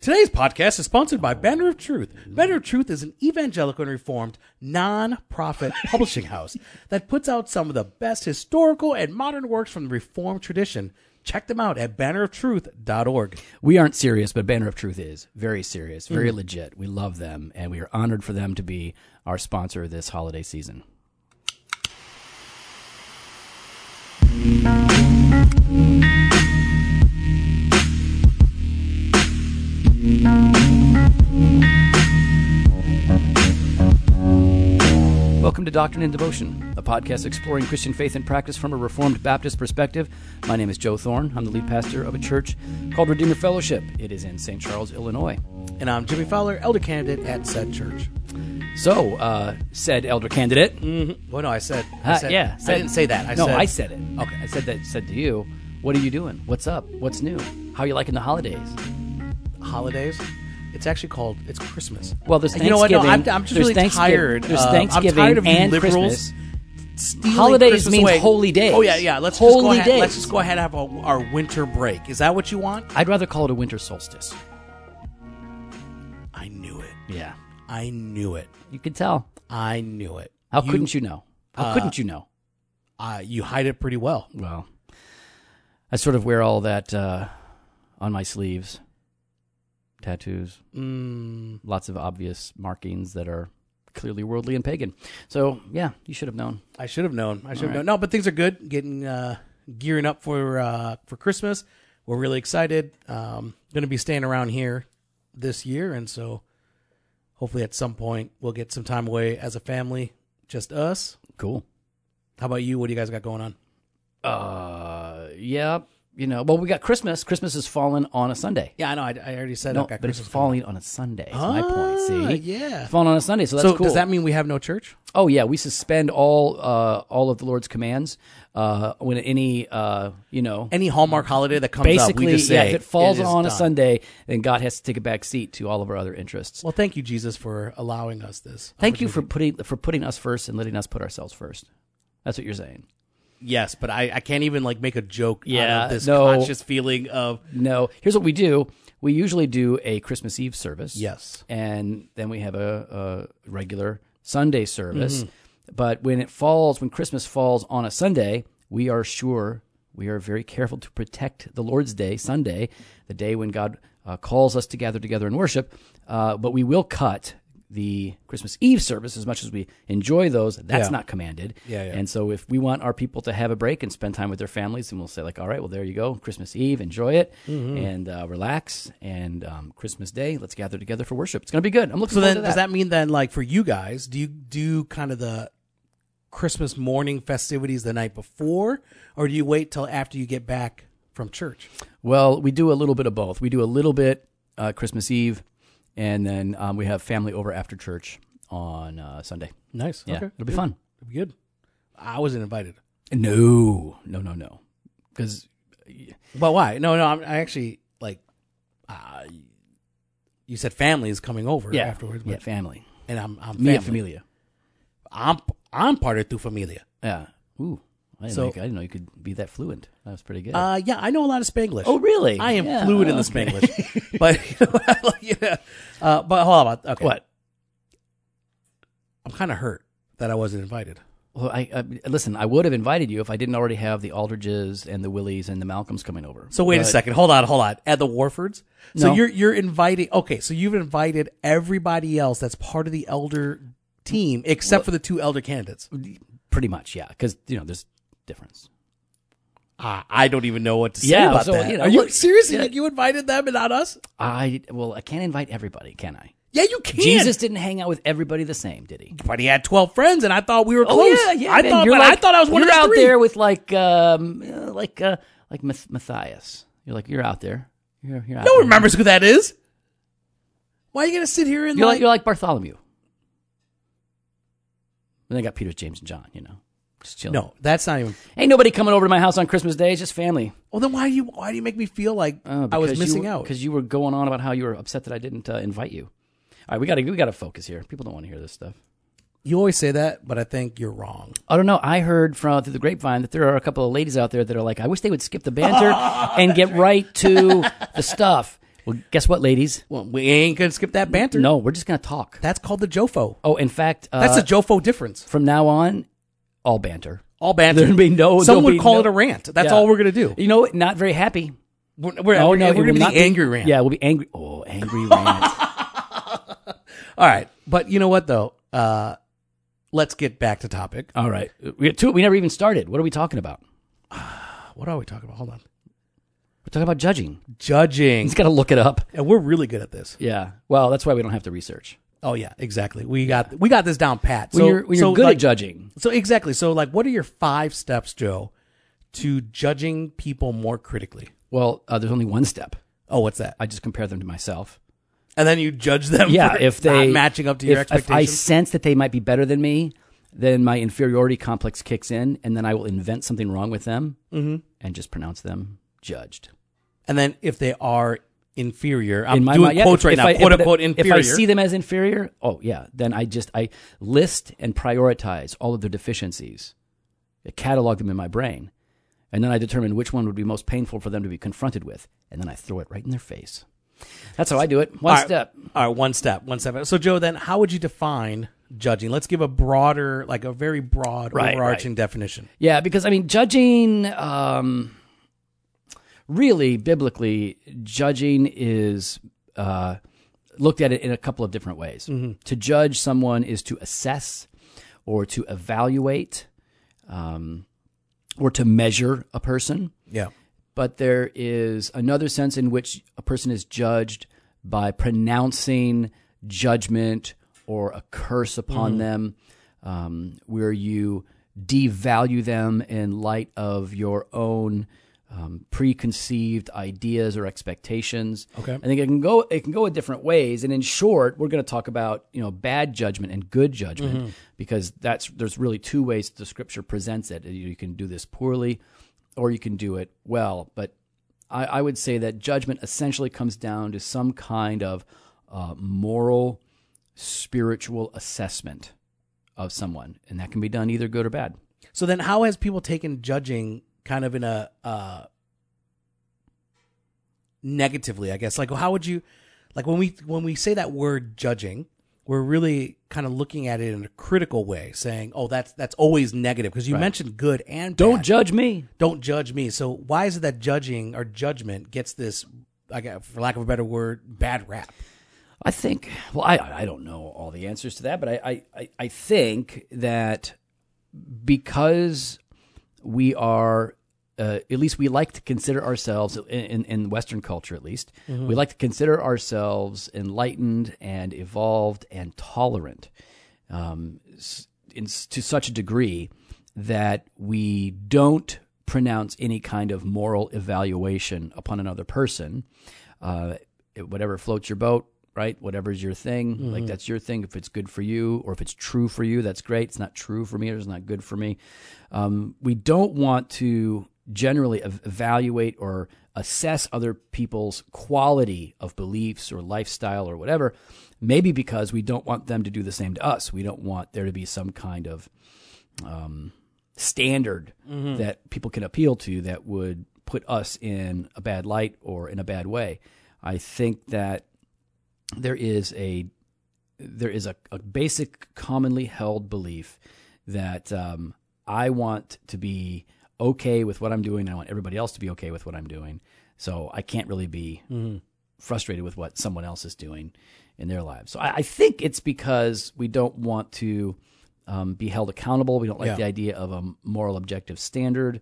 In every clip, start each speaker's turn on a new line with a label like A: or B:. A: Today's podcast is sponsored by Banner of Truth. Banner of Truth is an evangelical and reformed non-profit publishing house that puts out some of the best historical and modern works from the reformed tradition. Check them out at banneroftruth.org.
B: We aren't serious, but Banner of Truth is very serious, very
A: Mm.
B: legit. We love them, and we are honored for them to be our sponsor this holiday season. Welcome to Doctrine and Devotion, a podcast exploring Christian faith and practice from a Reformed Baptist perspective. My name is Joe Thorne. I'm the lead pastor of a church called Redeemer Fellowship. It is in St. Charles, Illinois.
A: And I'm Jimmy Fowler, elder candidate at said church.
B: So, uh, said elder candidate,
A: Well, no, I said, Mm, I
B: Uh,
A: said-
B: yeah,
A: I didn't say that. I
B: no,
A: said,
B: I said it.
A: Okay.
B: I said that. Said to you, what are you doing? What's up? What's new? How are you liking the holidays?
A: holidays. It's actually called it's Christmas.
B: Well, there's
A: you know what? No, I'm,
B: Thanksgiving,
A: I'm just
B: there's
A: really
B: Thanksgiving-
A: tired.
B: there's
A: uh,
B: Thanksgiving
A: I'm tired of you
B: and
A: liberals
B: Christmas.
A: stealing
B: Holidays
A: Christmas
B: means
A: away.
B: holy days.
A: Oh yeah, yeah. Let's just go
B: Holy
A: ahead, Let's
B: days.
A: just go ahead and have a, our winter break. Is that what you want?
B: I'd rather call it a winter solstice.
A: I knew it.
B: Yeah,
A: I knew it.
B: you could tell.
A: I knew it.
B: How couldn't you know? How couldn't you know?
A: Uh, you hide it pretty well.
B: Well, I sort of wear all that uh, on my sleeves, tattoos,
A: Mm,
B: lots of obvious markings that are clearly worldly and pagan. So yeah, you should have known.
A: I should have known. I should have known. No, but things are good. Getting uh, gearing up for uh, for Christmas. We're really excited. Um, going to be staying around here this year, and so hopefully at some point we'll get some time away as a family, just us.
B: Cool.
A: How about you? What do you guys got going on?
B: Uh, yeah, you know. Well, we got Christmas. Christmas is fallen on a Sunday.
A: Yeah, I know. I, I already said
B: No,
A: I've got
B: but it's
A: Christmas.
B: falling on a Sunday. Is my point.
A: Ah,
B: See,
A: yeah.
B: it's falling on a Sunday, so that's
A: so
B: cool.
A: does that mean we have no church?
B: oh yeah, we suspend all uh, all of the Lord's commands uh, when any uh, you know
A: Any Hallmark holiday that comes up,
B: basically
A: we just say
B: yeah, if it falls
A: is
B: on a
A: done.
B: Sunday, then God has to take a back seat to all of our other interests.
A: Well, thank you, Jesus, for allowing us this.
B: Thank you for putting for putting us first and letting us put ourselves first. That's what you're saying.
A: Yes, but I, I can't even like make a joke out
B: Yeah,
A: of this
B: no.
A: conscious feeling of
B: No, here's what we do. We usually do a Christmas Eve service.
A: yes.
B: and then we have a, a regular Sunday service.
A: Mm-hmm.
B: But when it falls, when Christmas falls on a Sunday, we are sure we are very careful to protect the Lord's Day, Sunday, the day when God uh, calls us to gather together and worship. Uh, but we will cut the Christmas Eve service as much as we enjoy those. That's
A: Yeah.
B: not commanded.
A: Yeah, yeah.
B: And so if we want our people to have a break and spend time with their families, then we'll say like, all right, well there you go, Christmas Eve, enjoy it
A: Mm-hmm.
B: and uh, relax, and um, Christmas Day, let's gather together for worship. It's gonna be good. I'm looking
A: So
B: forward
A: then,
B: to
A: does
B: that.
A: that mean then, like for you guys, do you do kind of the Christmas morning festivities the night before, or do you wait till after you get back from church?
B: Well, we do a little bit of both. We do a little bit uh, Christmas Eve, and then um, we have family over after church on uh, Sunday.
A: Nice.
B: Yeah, it'll be fun.
A: It'll be good. I wasn't invited.
B: No, no, no, no, because
A: But why? No, no. I'm, I actually like. Uh, you said family is coming over
B: yeah,
A: afterwards, but,
B: yeah, family,
A: and I'm I'm
B: mia
A: family.
B: familia.
A: I'm I'm part of tu familia.
B: Yeah. Ooh, I didn't,
A: So-
B: know you, could- I didn't know you could be that fluent. That was pretty good.
A: Uh, yeah, I know a lot of Spanglish.
B: oh, really?
A: I am
B: Yeah,
A: fluid in the
B: okay.
A: Spanglish, but yeah. Uh, but hold on, okay.
B: What?
A: I'm kind of hurt that I wasn't invited.
B: Well, I, I listen. I would have invited you if I didn't already have the Aldridges and the Willies and the Malcolms coming over.
A: So wait a
B: But-
A: second. Hold on, hold on. At the Warfords. So
B: No.
A: you're you're inviting. Okay, so you've invited everybody else that's part of the elder team except for the two elder candidates.
B: Pretty much, yeah. Because you know, there's difference.
A: Ah, I don't even know what to say
B: Yeah,
A: about
B: so,
A: that.
B: you know,
A: Are you
B: look-
A: serious? You
B: yeah.
A: think you invited them and not us?
B: I well, I can't invite everybody, can I?
A: Yeah, you can.
B: Jesus didn't hang out with everybody the same, did he? Oh,
A: but he had twelve friends, and I thought we were close. Oh, I
B: man,
A: thought,
B: you're
A: but I
B: like-
A: thought I was one
B: you're
A: of the
B: out
A: three.
B: there with like, um, uh, like, uh, like Math- Matthias. You're like, you're out there. You're, you're out
A: No
B: there.
A: one remembers who that is. Why are you gonna sit here and
B: You're
A: like?
B: like, you're like Bartholomew. And they got Peter, James, and John. You know, just chilling.
A: no, that's not even.
B: ain't nobody coming over to my house on Christmas Day. It's just family.
A: Well, then why do you why do you make me feel like I was missing out?
B: because Oh, you were going on about how you were upset that I didn't uh, invite you. All right, we got to we got to focus here. People don't want to hear this stuff.
A: You always say that, but I think you're wrong.
B: I don't know. I heard from through the grapevine that there are a couple of ladies out there that are like, I wish they would skip the banter and get right to the stuff. Well, guess what, ladies?
A: Well, we ain't gonna skip that banter.
B: No, we're just going to talk.
A: That's called the Jofo.
B: Oh, in fact, uh,
A: That's the Jofo difference.
B: from now on, all banter.
A: All banter.
B: There'll be no-
A: Some
B: there'll
A: would
B: be
A: call
B: no-
A: it a rant. That's
B: Yeah.
A: all we're gonna do.
B: You know, what? not very happy.
A: We're, we're,
B: Oh
A: we're,
B: no,
A: we're
B: it will
A: gonna be
B: not
A: the angry rant.
B: Yeah, we'll be angry. Oh, angry rant.
A: All right, but you know what though? Uh, let's get back to topic.
B: All right, we got two. We never even started. What are we talking about? We're
A: What are we talking about? Hold on.
B: talking about judging.
A: Judging.
B: He's got to look it up.
A: And we're really good at this.
B: Yeah. Well, that's why we don't have to research.
A: Oh yeah, exactly. We got we got this down pat. So
B: When you're, when you're
A: so,
B: good
A: like,
B: at judging,
A: So exactly. So like, what are your five steps, Joe, to judging people more critically?
B: well, uh, there's only one step.
A: Oh, what's that?
B: I just compare them to myself.
A: And then you judge them.
B: Yeah,
A: for
B: if
A: not
B: they
A: matching up to your
B: if- if I
A: expectations.
B: sense that they might be better than me, then my inferiority complex kicks in, and then I will invent something wrong with them
A: Mm-hmm.
B: and just pronounce them judged.
A: and then if they are inferior, I'm
B: in my
A: doing
B: mind, yeah,
A: quotes
B: if-
A: right
B: if
A: now,
B: I-
A: quote
B: if-
A: unquote inferior.
B: If I see them as inferior, oh yeah, then I just I list and prioritize all of their deficiencies, I catalog them in my brain, and then I determine which one would be most painful for them to be confronted with, and then I throw it right in their face. That's how I do it. One
A: All right.
B: step.
A: All right, one step, one step. So, Joe, then how would you define judging? Let's give a broader, like a very broad,
B: Right,
A: overarching definition.
B: Yeah, because I mean, judging, um, really biblically, judging is uh, looked at it in a couple of different ways. To judge someone is to assess or to evaluate um, or to measure a person
A: Yeah.
B: but there is another sense in which a person is judged by pronouncing judgment or a curse upon them, um, where you devalue them in light of your own um, preconceived ideas or expectations.
A: Okay.
B: I think it can go it can go in different ways. And in short, we're going to talk about you know bad judgment and good judgment because that's there's really two ways the Scripture presents it. You can do this poorly, or you can do it well. But I, I would say that judgment essentially comes down to some kind of uh, moral, spiritual assessment of someone, and that can be done either good or bad.
A: So then, how has people taken judging kind of in a uh, negatively? I guess like how would you like when we when we say that word judging, we're really kind of looking at it in a critical way, saying, "Oh, that's that's always negative." Because you mentioned good and
B: Don't
A: bad.
B: judge me.
A: don't judge me. So why is it that judging or judgment gets this? I got, for lack of a better word, bad rap.
B: I think. Well, I I don't know all the answers to that, but I I I, I think that because we are. Uh, at least we like to consider ourselves in, in, in Western culture. At least we like to consider ourselves enlightened and evolved and tolerant, um, s- in, s- to such a degree that we don't pronounce any kind of moral evaluation upon another person uh, it- whatever floats your boat, right? Whatever's your thing, like that's your thing. If it's good for you or if it's true for you, that's great. It's not true for me or it's not good for me. Um, we don't want to generally ev- evaluate or assess other people's quality of beliefs or lifestyle or whatever, maybe because we don't want them to do the same to us. We don't want there to be some kind of standard that people can appeal to that would put us in a bad light or in a bad way. I think that there is a there is a, a basic commonly held belief that um, I want to be okay with what I'm doing. and I want everybody else to be okay with what I'm doing. So I can't really be frustrated with what someone else is doing in their lives. So I, I think it's because we don't want to um, be held accountable. We don't like
A: Yeah.
B: the idea of a moral objective standard.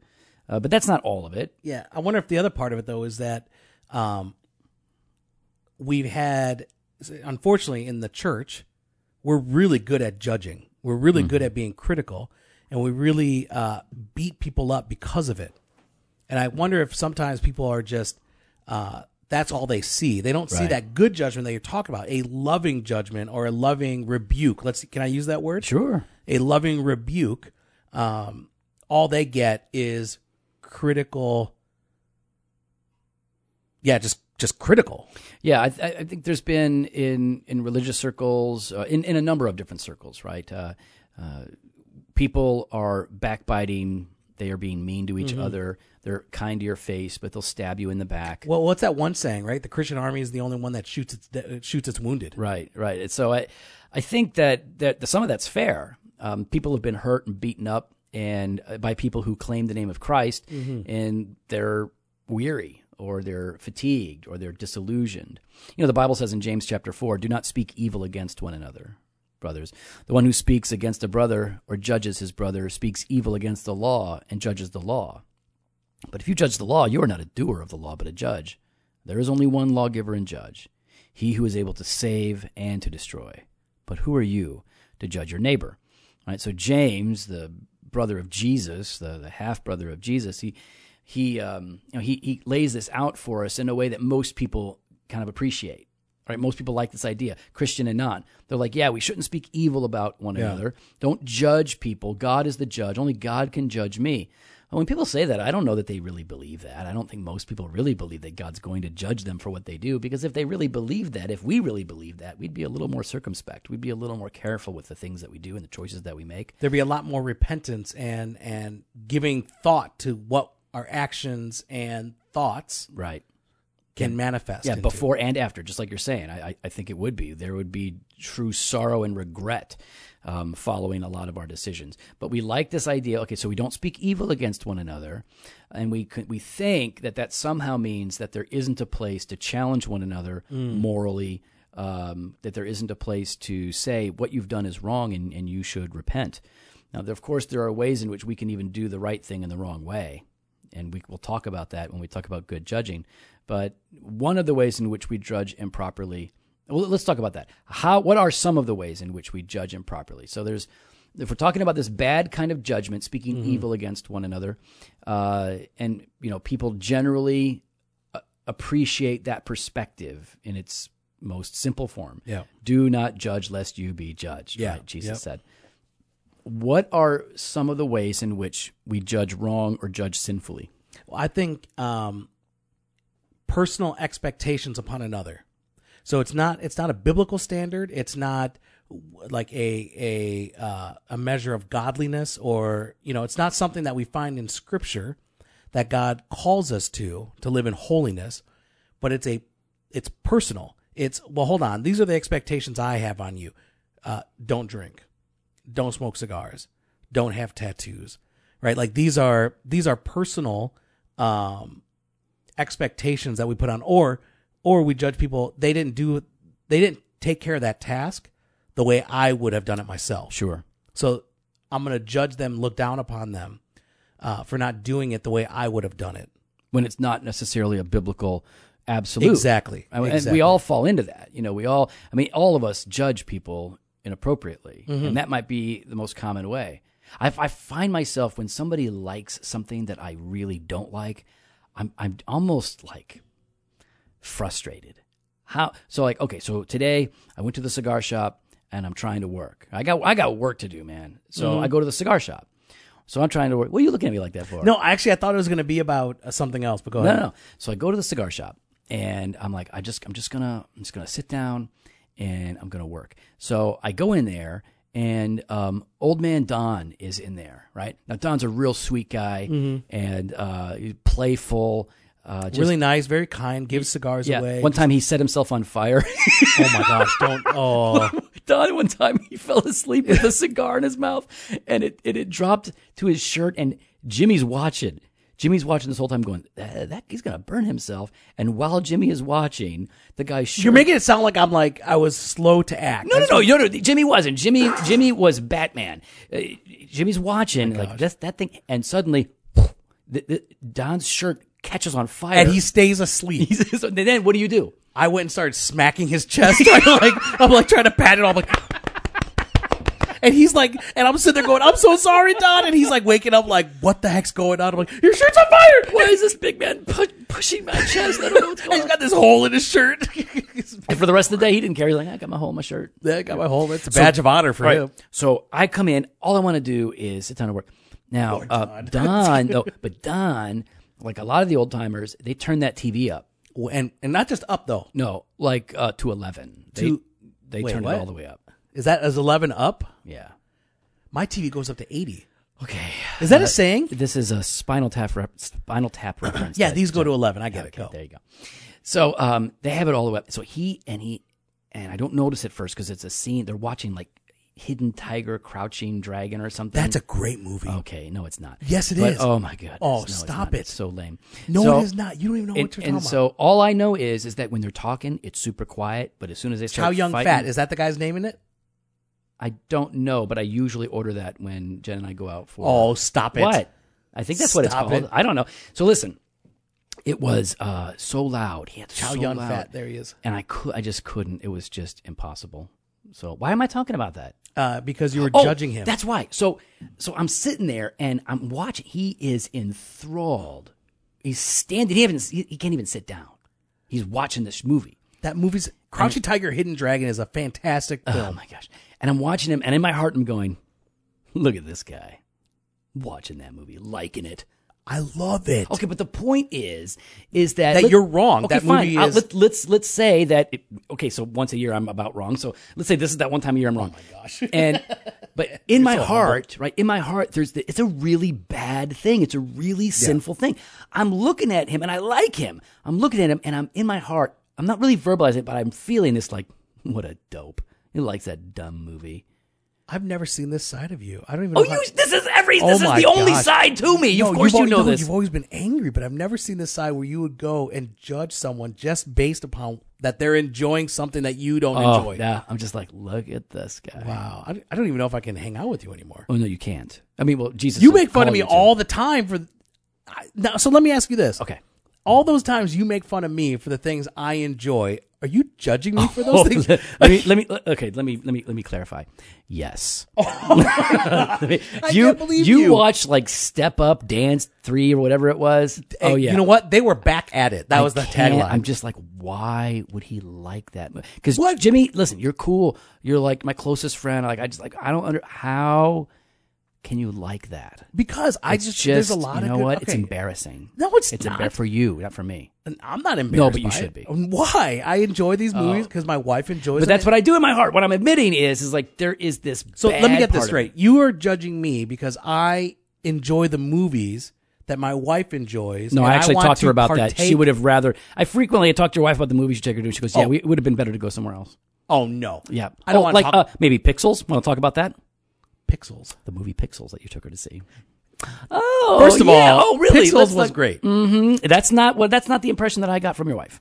B: Uh, but that's not all of it.
A: Yeah, I wonder if the other part of it though is that um, we've had, unfortunately, in the church, we're really good at judging. We're really good at being critical, and we really uh, beat people up because of it. And I wonder if sometimes people are just uh, that's all they see. They don't see
B: Right.
A: that good judgment that you're talking about, a loving judgment or a loving rebuke. Let's can I use that word?
B: Sure.
A: a loving rebuke, um, all they get is critical. Yeah, just just critical.
B: Yeah, I, th- I think there's been in in religious circles, uh, in in a number of different circles, right? Uh, uh, people are backbiting They are being mean to each other. They're kind to your face, but they'll stab you in the back.
A: Well, what's that one saying, right? The Christian army is the only one that shoots its that uh, shoots its wounded.
B: Right, right. And so I, I think that that some of that's fair. Um, people have been hurt and beaten up, and uh, by people who claim the name of Christ, and they're weary or they're fatigued or they're disillusioned. You know, the Bible says in James chapter four, "Do not speak evil against one another." Brothers, the one who speaks against a brother or judges his brother speaks evil against the law and judges the law. But if you judge the law, you are not a doer of the law, but a judge. There is only one lawgiver and judge, he who is able to save and to destroy. But who are you to judge your neighbor? All right, so James, the brother of Jesus, the, the half brother of Jesus, he he um, you know, he he lays this out for us in a way that most people kind of appreciate. All right, most people like this idea, Christian and not. They're like, yeah, we shouldn't speak evil about one another. Don't judge people. God is the judge. Only God can judge me. Well, when people say that, I don't know that they really believe that. I don't think most people really believe that God's going to judge them for what they do because if they really believed that, if we really believed that, we'd be a little more circumspect. We'd be a little more careful with the things that we do and the choices that we make.
A: There'd be a lot more repentance and and giving thought to what our actions and thoughts
B: Right.
A: can manifest.
B: Yeah,
A: into.
B: before and after, just like you're saying, I, I- I think it would be. There would be true sorrow and regret um, following a lot of our decisions. But we like this idea. Okay, so we don't speak evil against one another, and we could- we think that that somehow means that there isn't a place to challenge one another morally. Um, that there isn't a place to say what you've done is wrong and, and you should repent. Now, there- of course, there are ways in which we can even do the right thing in the wrong way and we will talk about that when we talk about good judging. But one of the ways in which we judge improperly, well, let's talk about that. How? What are some of the ways in which we judge improperly? So there's, if we're talking about this bad kind of judgment, speaking evil against one another, uh, and you know, people generally uh, appreciate that perspective in its most simple form.
A: Yeah.
B: Do not judge lest you be judged.
A: Yeah.
B: right? Jesus
A: Yep.
B: said what are some of the ways in which we judge wrong or judge sinfully?
A: I think um, personal expectations upon another. So it's not it's not a biblical standard. It's not w- like a a uh, a measure of godliness, or you know, it's not something that we find in Scripture that God calls us to to live in holiness. But it's a it's personal. It's well, hold on. These are the expectations I have on you. Uh, don't drink don't smoke cigars, don't have tattoos, right? Like these are these are personal um, expectations that we put on, or or we judge people they didn't do they didn't take care of that task the way I would have done it myself.
B: Sure.
A: So I'm gonna judge them, look down upon them uh, for not doing it the way I would have done it.
B: When it's not necessarily a biblical absolute.
A: Exactly.
B: I mean, And
A: exactly.
B: we all fall into that. You know, we all, I mean, all of us judge people inappropriately. And that might be the most common way. I, I find myself when somebody likes something that I really don't like, I'm, I'm almost like frustrated. How so like okay, so today I went to the cigar shop and I'm trying to work. I got I got work to do, man. So I go to the cigar shop. So I'm trying to work. What are you looking at me like that for?
A: no, actually, I thought it was gonna be about uh, something else, but go
B: No,
A: ahead.
B: no, no. So I go to the cigar shop and I'm like, I just, I'm just gonna, I'm just gonna sit down and I'm gonna work. So I go in there and um, old man Don is in there, right? Now Don's a real sweet guy
A: Mm-hmm.
B: and uh, he's playful. Uh, just,
A: really nice, very kind, gives cigars
B: yeah.
A: away.
B: One time he set himself on fire.
A: oh my gosh, don't oh
B: Don, one time he fell asleep with a cigar in his mouth and it, it, it dropped to his shirt and Jimmy's watching. Jimmy's watching this whole time going, that, that he's going to burn himself. And while Jimmy is watching, the guy shirt.
A: You're making it sound like I'm like I was slow to act.
B: no, no, no, no, no, Jimmy wasn't. Jimmy, Jimmy was Batman. Uh, Jimmy's watching like this, that thing. And suddenly the, the, Don's shirt catches on fire.
A: And he stays asleep.
B: so then what do you do?
A: I went and started smacking his chest. I'm like I'm like trying to pat it off. Like, and he's like, and I'm sitting there going, "I'm so sorry, Don." And he's like waking up, like, "What the heck's going on?" I'm like, "Your shirt's on fire!"
B: Why is this big man pu- pushing my chest? I don't know what's
A: And
B: going
A: he's
B: on.
A: got this hole in his shirt.
B: And for the rest of the day, he didn't care. He's like, I got my hole in my shirt.
A: that got my hole. It's a badge of honor for him.
B: So I come in. All I want to do is sit down and work. Now, uh, Don, though, but Don, like a lot of the old timers, they turn that TV up.
A: And and not just up though.
B: No, like uh, to eleven. They,
A: To-
B: they
A: wait,
B: turn it
A: what?
B: all the way up.
A: Is that as eleven up?
B: Yeah.
A: My TV goes up to eighty.
B: Okay.
A: Is that a saying?
B: This is a Spinal Tap rep- Spinal Tap reference.
A: Yeah,
B: that-
A: these go to 11. I get it.
B: Okay,
A: Go.
B: there you go. So um, they have it all the way up. So he and he and I don't notice at first because it's a scene. They're watching like hidden tiger, crouching dragon, or something.
A: That's a great movie.
B: okay. No, it's not.
A: Yes, it
B: it is.
A: is.
B: Oh my god.
A: Oh,
B: no, it's
A: stop
B: not.
A: it.
B: It's so lame.
A: no,
B: So-
A: it is not. You don't even know
B: And,
A: what you're
B: and
A: talking about.
B: so all I know is is that when they're talking, it's super quiet. But as soon as they start
A: Chow Young
B: fighting,
A: Fat, is that the guy's name in it?
B: I don't know, but I usually order that when Jen and I go out for.
A: Oh, stop it.
B: What? I think that's what it's
A: Stop
B: called.
A: it.
B: I don't know. So listen, it was uh, so loud. He had
A: Chow
B: so
A: Yun
B: loud,
A: Fat. There he is.
B: and I could, I just couldn't. It was just impossible. So why am I talking about that?
A: Uh, because you were judging him.
B: Oh, That's why. So, so I'm sitting there and I'm watching. He is enthralled. He's standing. He haven't. He, he can't even sit down. He's watching this movie.
A: That movie's Crouching Tiger, Hidden Dragon is a fantastic film.
B: Oh my gosh. And I'm watching him, and in my heart, I'm going, look at this guy watching that movie, liking it.
A: I love it.
B: Okay, but the point is, is that
A: That you're wrong.
B: Okay,
A: That
B: fine.
A: movie
B: I'll-
A: is-
B: Let, let's let's say that. It, okay, so once a year I'm about wrong. So let's say this is that one time a year I'm wrong. Oh my gosh! And but in my heart, right? In my heart, there's the, it's a really bad thing. It's a really sinful thing. I'm looking at him and I like him. I'm looking at him and I'm in my heart. I'm not really verbalizing it, but I'm feeling this like, what a dope. He likes that dumb movie.
A: I've never seen this side of you. I don't even
B: Oh,
A: know. how-
B: you! This is every.
A: Oh
B: This is
A: my
B: the only
A: gosh.
B: side to me.
A: No,
B: of course,
A: you've
B: you
A: al-
B: know
A: no,
B: this.
A: You've always been angry, but I've never seen this side where you would go and judge someone just based upon that they're enjoying something that you don't
B: Oh,
A: enjoy.
B: yeah. I'm just like, look at this guy.
A: wow. I, I don't even know if I can hang out with you anymore.
B: Oh no, you can't. I mean, well, Jesus,
A: You
B: will
A: make fun
B: call
A: of me
B: you to-
A: all the time for. I, now, so let me ask you this.
B: Okay.
A: All those times you make fun of me for the things I enjoy, are you judging me for those
B: Oh,
A: things?
B: let, let me, let me. Okay, let me. Let me. Let me clarify. Yes. Let me- you,
A: can't believe you.
B: watched like Step Up, Dance Three, or whatever it was.
A: Hey,
B: oh yeah.
A: Eh, You know what? They were back at it. That was the
B: can't-
A: tagline.
B: I'm just like, why would he like that? Because
A: What?
B: Jimmy, listen, you're cool. You're like my closest friend. Like I just like I don't under how can you like that?
A: because I just, there's a lot
B: you
A: of
B: know
A: good-
B: what? It's
A: okay.
B: embarrassing.
A: No, it's,
B: It's
A: not.
B: embar- for you, not for me.
A: I'm not embarrassed.
B: but you
A: by
B: should
A: it.
B: be. Oh.
A: Why? I enjoy these movies because my wife enjoys
B: But
A: them.
B: that's what I do in my heart. What I'm admitting is, is like there is this.
A: so let me
B: bad
A: get
B: part
A: this
B: of
A: straight. You are judging me because I enjoy the movies that my wife enjoys.
B: it. No,
A: and
B: I actually
A: want
B: talked to her about that. She
A: partake-
B: would have rather. I frequently talked to your wife about the movies you take her to. She goes, "Yeah, we, it would have been better to go somewhere else."
A: Oh no.
B: Oh. Yeah,
A: I don't
B: Oh,
A: want
B: like
A: to
B: uh,
A: talk
B: maybe Pixels. Want to talk about that?
A: pixels.
B: The movie Pixels that you took her to see. Oh,
A: First of
B: yeah.
A: all,
B: oh really?
A: Pixels
B: Let's
A: was
B: like-
A: great.
B: Mm, That's not what. That's not the impression that I got from your wife.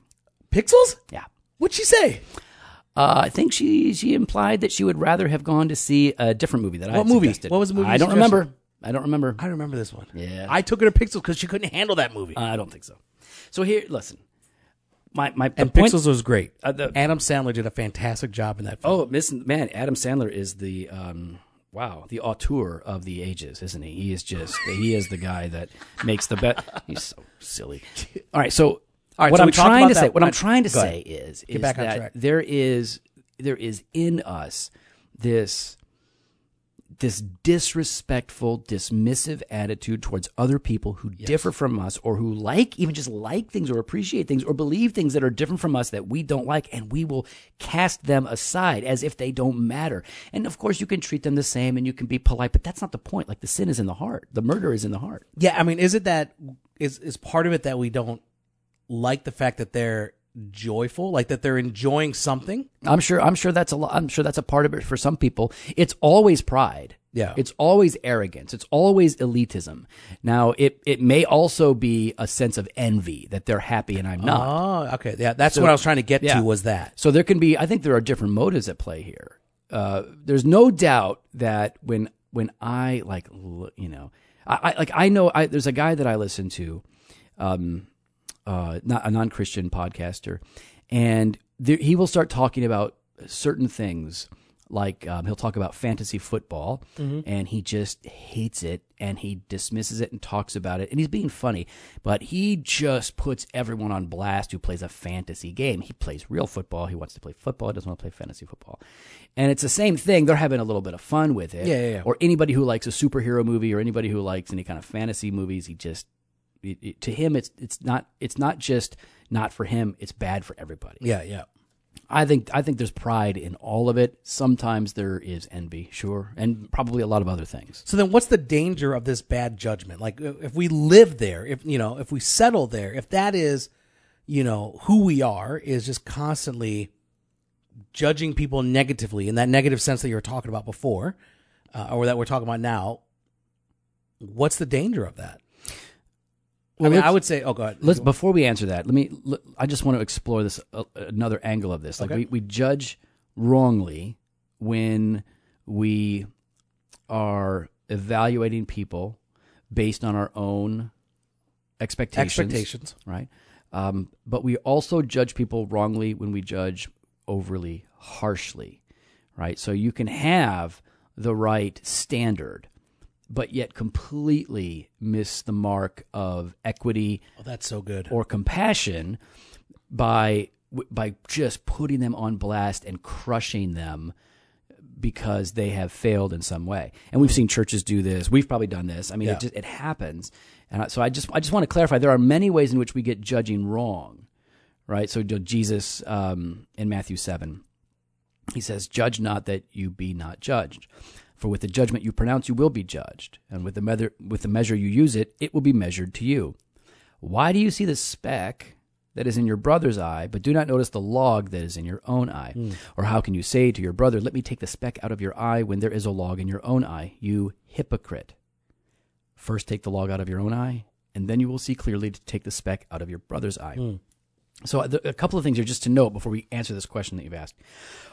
A: Pixels?
B: Yeah.
A: What'd she say?
B: Uh, I think she she implied that she would rather have gone to see a different movie that I
A: What
B: had
A: movie?
B: suggested.
A: What was the movie
B: I
A: you
B: don't
A: suggested?
B: remember. I don't remember.
A: I remember this one.
B: Yeah. Uh,
A: I took her to Pixels because she couldn't handle that movie.
B: I don't think so. So here, listen. My my the
A: and
B: point-
A: Pixels was great.
B: uh, the-
A: Adam Sandler did a fantastic job in that film.
B: Oh, listen, man, Adam Sandler is the um, wow, the auteur of the ages, isn't he? He is just he is the guy that makes the best. He's so silly. All right, so
A: All right,
B: what
A: so
B: I'm
A: we talked
B: trying
A: about
B: to
A: that.
B: say, what
A: I-
B: I'm trying to
A: go
B: say is, is
A: back on
B: that
A: track.
B: there is there is in us this this disrespectful, dismissive attitude towards other people who differ from us or who like, even just like things or appreciate things or believe things that are different from us that we don't like. And we will cast them aside as if they don't matter. And of course, you can treat them the same and you can be polite, but that's not the point. Like the sin is in the heart, the murder is in the heart.
A: Yeah, I mean, is it that is is part of it that we don't like the fact that they're joyful, like that they're enjoying something?
B: I'm sure, I'm sure that's a lot. I'm sure that's a part of it for some people. It's always pride.
A: Yeah.
B: It's always arrogance. It's always elitism. Now, it, it may also be a sense of envy that they're happy and I'm not.
A: Oh, okay. Yeah, that's what I was trying to get
B: yeah.
A: to was that.
B: So there can be, I think there are different motives at play here. Uh, there's no doubt that when when I like, l- you know, I, I like I know I, there's a guy that I listen to, um, uh, not a non Christian podcaster, and there, he will start talking about certain things. Like um, he'll talk about fantasy football,
A: Mm-hmm.
B: and he just hates it, and he dismisses it and talks about it, and he's being funny, but he just puts everyone on blast who plays a fantasy game. He plays real football. He wants to play football. He doesn't want to play fantasy football, and it's the same thing. They're having a little bit of fun with it.
A: Yeah, yeah, yeah.
B: Or anybody who likes a superhero movie, or anybody who likes any kind of fantasy movies, he just it, it- to him it's it's not it's not just not for him. It's bad for everybody.
A: Yeah, yeah.
B: I think I think there's pride in all of it. Sometimes there is envy, sure, and probably a lot of other things.
A: So then, what's the danger of this bad judgment? Like, if we live there, if you know, if we settle there, if that is, you know, who we are, is just constantly judging people negatively in that negative sense that you were talking about before, uh, or that we're talking about now. What's the danger of that? I mean,
B: let's-
A: I would say, oh, go ahead.
B: Let's before we answer that, let me. l- I just want to explore this uh, another angle of this. Like
A: Okay.
B: we, we judge wrongly when we are evaluating people based on our own expectations.
A: expectations.
B: right? Um, but we also judge people wrongly when we judge overly harshly, right? So you can have the right standard, but yet completely miss the mark of equity
A: Oh, that's so good.
B: or compassion by by just putting them on blast and crushing them because they have failed in some way. And we've seen churches do this. We've probably done this. I mean,
A: Yeah.
B: it just it happens. And I- so I just I just want to clarify there are many ways in which we get judging wrong. Right? So Jesus um, in Matthew 7 he says, Judge not that you be not judged. For with the judgment you pronounce, you will be judged. And with the, measure, with the measure you use it, it will be measured to you. Why do you see the speck that is in your brother's eye, but do not notice the log that is in your own eye?
A: Hmm.
B: Or how can you say to your brother, Let me take the speck out of your eye when there is a log in your own eye? You hypocrite. First take the log out of your own eye, and then you will see clearly to take the speck out of your brother's eye.
A: Hmm.
B: So uh, the, a couple of things are just to note before we answer this question that you've asked.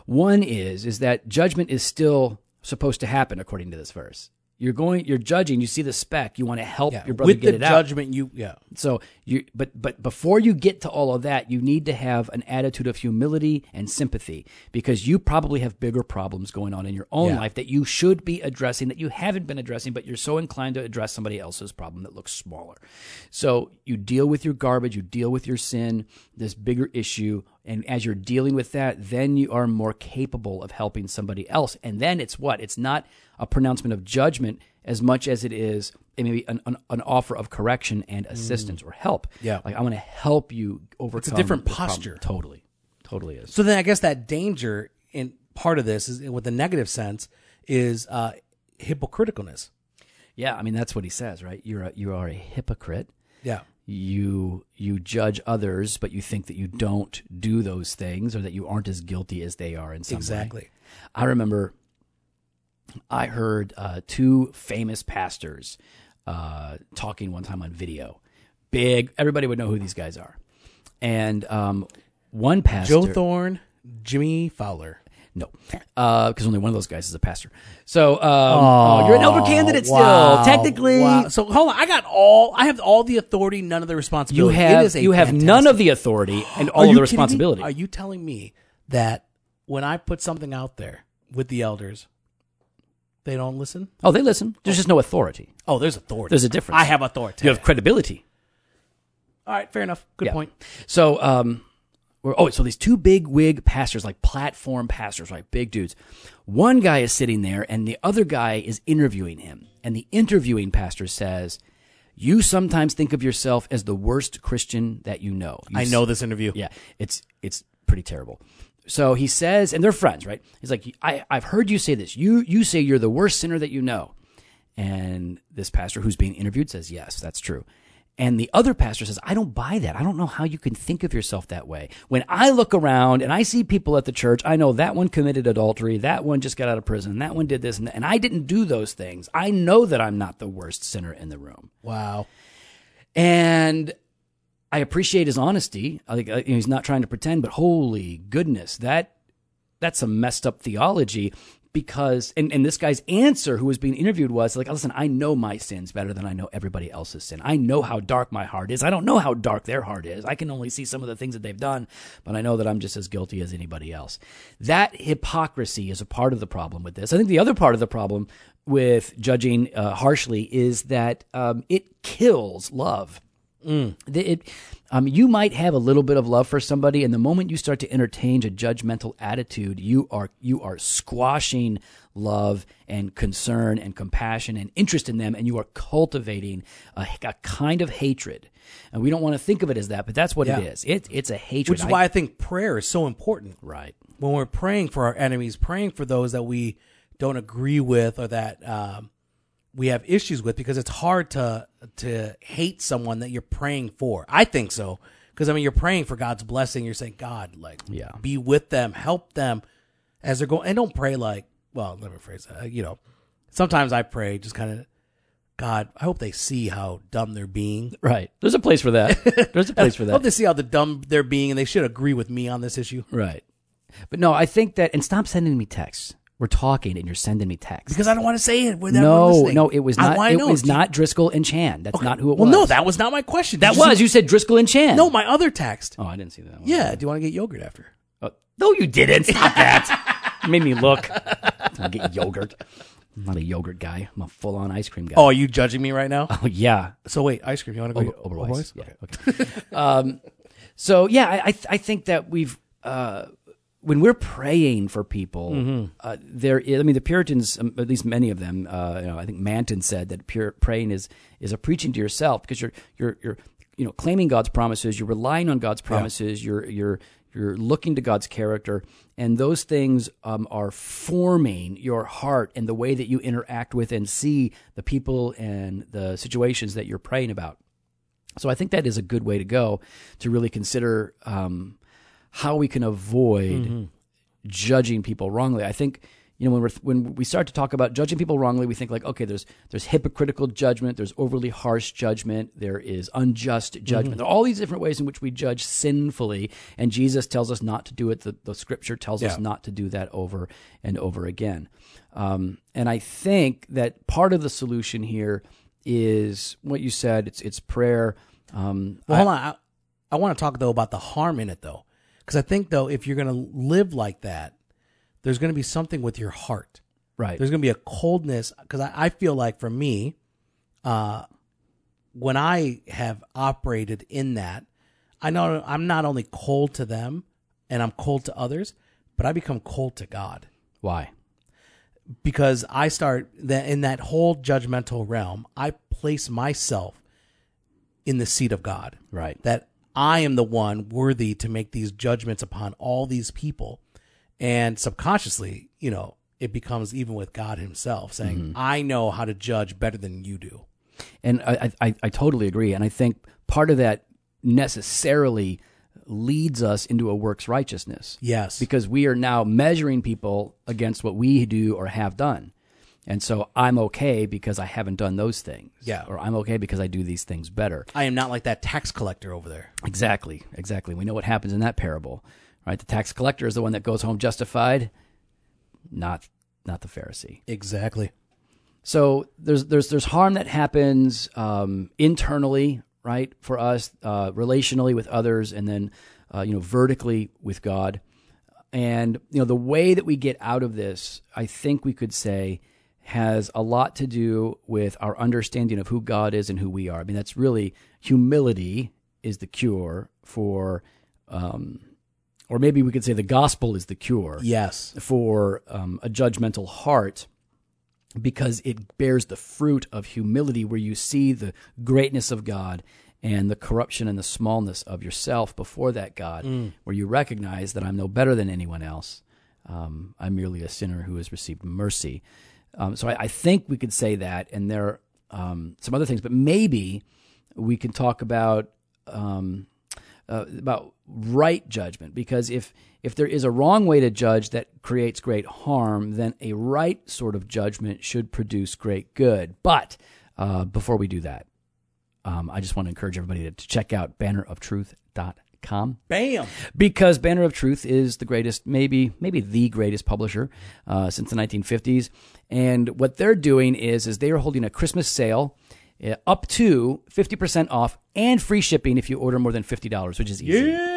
B: One is is that judgment is still supposed to happen according to this verse. You're going, you're judging. You see the speck. You want to help
A: yeah.
B: your brother
A: With
B: get
A: the
B: it out.
A: judgment, you yeah.
B: So you, but but before you get to all of that, you need to have an attitude of humility and sympathy because you probably have bigger problems going on in your own
A: Yeah.
B: life that you should be addressing that you haven't been addressing, but you're so inclined to address somebody else's problem that looks smaller. So you deal with your garbage, you deal with your sin, this bigger issue, and as you're dealing with that, then you are more capable of helping somebody else. And then it's what? It's not a pronouncement of judgment as much as it is it may be an, an, an offer of correction and assistance or help.
A: Mm. Yeah.
B: Like I want to help you overcome
A: different
B: this problem.
A: posture.
B: Totally. Totally is.
A: So then I guess that danger in part of this is with the negative sense is uh hypocriticalness.
B: Yeah, I mean that's what he says, right? You're a, you are a hypocrite.
A: Yeah.
B: You you judge others, but you think that you don't do those things or that you aren't as guilty as they are in some way.
A: Exactly.
B: I remember I heard uh, two famous pastors uh, talking one time on video. Big, everybody would know who these guys are. And um, one pastor,
A: Joe Thorne, Jimmy Fowler.
B: no, because only one of those guys is a pastor. So um, oh, you're an elder candidate still, technically.
A: Wow. So hold on, I got all I have all the authority, none of the
B: You
A: responsibility. it
B: have
A: is a
B: you have
A: fantastic-
B: none of the authority and
A: Are
B: all of
A: you
B: the
A: kidding me?
B: responsibility.
A: Are you telling me that when I put something out there with the elders, they don't listen?
B: Oh, they listen. There's just no authority.
A: Oh, there's authority.
B: There's a difference.
A: I have authority.
B: You have credibility.
A: All right, fair enough. Good
B: Yeah.
A: point.
B: So, um, we're, oh, so these two big wig pastors, like platform pastors, right? Big dudes. One guy is sitting there and the other guy is interviewing him. And the interviewing pastor says, You sometimes think of yourself as the worst Christian that you know. You
A: I know this interview.
B: yeah, it's it's pretty terrible. So he says, and they're friends, right? He's like, I, I've heard you say this. You you say you're the worst sinner that you know. And this pastor who's being interviewed says, Yes, that's true. And the other pastor says, I don't buy that. I don't know how you can think of yourself that way. When I look around and I see people at the church, I know that one committed adultery, that one just got out of prison, that one did this, and, that, and I didn't do those things. I know that I'm not the worst sinner in the room
A: Wow.
B: and I appreciate his honesty. I think uh, he's not trying to pretend, but holy goodness, that that's some messed up theology. Because and, and this guy's answer, who was being interviewed, was like, "Listen, I know my sins better than I know everybody else's sin. I know how dark my heart is. I don't know how dark their heart is. I can only see some of the things that they've done, but I know that I'm just as guilty as anybody else." That hypocrisy is a part of the problem with this. I think the other part of the problem with judging uh, harshly is that um, it kills love Th- It, um, you might have a little bit of love for somebody, and the moment you start to entertain a judgmental attitude, you are you are squashing love and concern and compassion and interest in them, and you are cultivating a, a kind of hatred. And we don't want to think of it as that, but that's what it
A: Yeah.
B: is. It, it's a hatred.
A: Which is
B: I-
A: why I think prayer is so important.
B: right.
A: When we're praying for our enemies, praying for those that we don't agree with or that um, we have issues with, because it's hard to to hate someone that you're praying for. I think so, because I mean, you're praying for God's blessing. You're saying, God, like,
B: Yeah.
A: be with them, help them as they're going. And don't pray like, well, let me phrase that. You know, sometimes I pray just kind of, God, I hope they see how dumb they're being.
B: Right. There's a place for that. There's a place for
A: I
B: that.
A: hope they see how the dumb they're being, and they should agree with me on this issue.
B: Right. But no, I think that and stop sending me texts. We're talking and you're sending me texts.
A: because I don't want to say it. without
B: no,
A: listening.
B: no, it was
A: I
B: not
A: wanna
B: it
A: know.
B: was not Driscoll and Chan. That's not who it
A: Well,
B: was.
A: no, that was not my question. Did
B: that
A: you see-
B: was you said Driscoll and Chan.
A: no my other text.
B: Oh, I didn't see that one.
A: Yeah, do you want to get yogurt after?
B: Oh, no, you didn't. Stop that. You made me look. I'll get yogurt. I'm not a yogurt guy. I'm a full on ice cream guy.
A: Oh, are you judging me right now?
B: Oh, yeah.
A: So wait, ice cream. You want to go? get
B: Oberweis.
A: Oberweis?
B: Yeah. Okay. um, so yeah, I I, th- I think that we've uh, when we're praying for people, uh, there. Is, I mean, the Puritans, um, at least many of them. Uh, you know, I think Manton said that pure praying is is a preaching to yourself because you're you're you're you know claiming God's promises, you're relying on God's promises, you're you're you're looking to God's character, and those things um, are forming your heart and the way that you interact with and see the people and the situations that you're praying about. So I think that is a good way to go to really consider um, how we can avoid
A: Mm-hmm.
B: judging people wrongly. I think you know when we're when we start to talk about judging people wrongly, we think like okay, there's there's hypocritical judgment, there's overly harsh judgment, there is
A: Mm-hmm.
B: unjust judgment. There are all these different ways in which we judge sinfully, and Jesus tells us not to do it. The, the Scripture tells us
A: Yeah.
B: not to do that over and over again. Um, and I think that part of the solution here is what you said. It's it's prayer. Um,
A: Well, hold on. I, I want to talk though about the harm in it though, because I think though if you're going to live like that, there's going to be something with your heart.
B: right.
A: There's going to be a coldness because I, I feel like for me, uh, when I have operated in that, I know I'm not only cold to them and I'm cold to others, but I become cold to God
B: Why?
A: because I start that in that whole judgmental realm. I place myself in the seat of God
B: Right.
A: that I am the one worthy to make these judgments upon all these people. And subconsciously, you know, it becomes even with God Himself saying, I know how to judge better than you do.
B: And I, I, I totally agree. And I think part of that necessarily leads us into a works righteousness
A: Yes.
B: because we are now measuring people against what we do or have done. And so I'm okay because I haven't done those things.
A: Yeah.
B: Or I'm okay because I do these things better.
A: I am not like that tax collector over there.
B: Exactly. Exactly. We know what happens in that parable, right? The tax collector is the one that goes home justified, not not the Pharisee.
A: Exactly.
B: So there's there's there's harm that happens um, internally, right, for us, uh, relationally with others, and then uh, you know vertically with God. And you know the way that we get out of this, I think we could say, has a lot to do with our understanding of who God is and who we are. I mean, that's really humility is the cure for, um, or maybe we could say the gospel is the cure
A: Yes.
B: for um, a judgmental heart because it bears the fruit of humility where you see the greatness of God and the corruption and the smallness of yourself before that God, where you recognize that I'm no better than anyone else. Um, I'm merely a sinner who has received mercy. Um, so I, I think we could say that, and there are um, some other things, but maybe we can talk about um, uh, about right judgment because if if there is a wrong way to judge that creates great harm, then a right sort of judgment should produce great good. But uh, before we do that, um, I just want to encourage everybody to, to check out banneroftruth.com
A: Bam.
B: because Banner of Truth is the greatest, maybe maybe the greatest publisher uh, since the 1950s. And what they're doing is is they are holding a Christmas sale. uh, Up to 50% off and free shipping if you order more than $50, which is easy.
A: Yeah.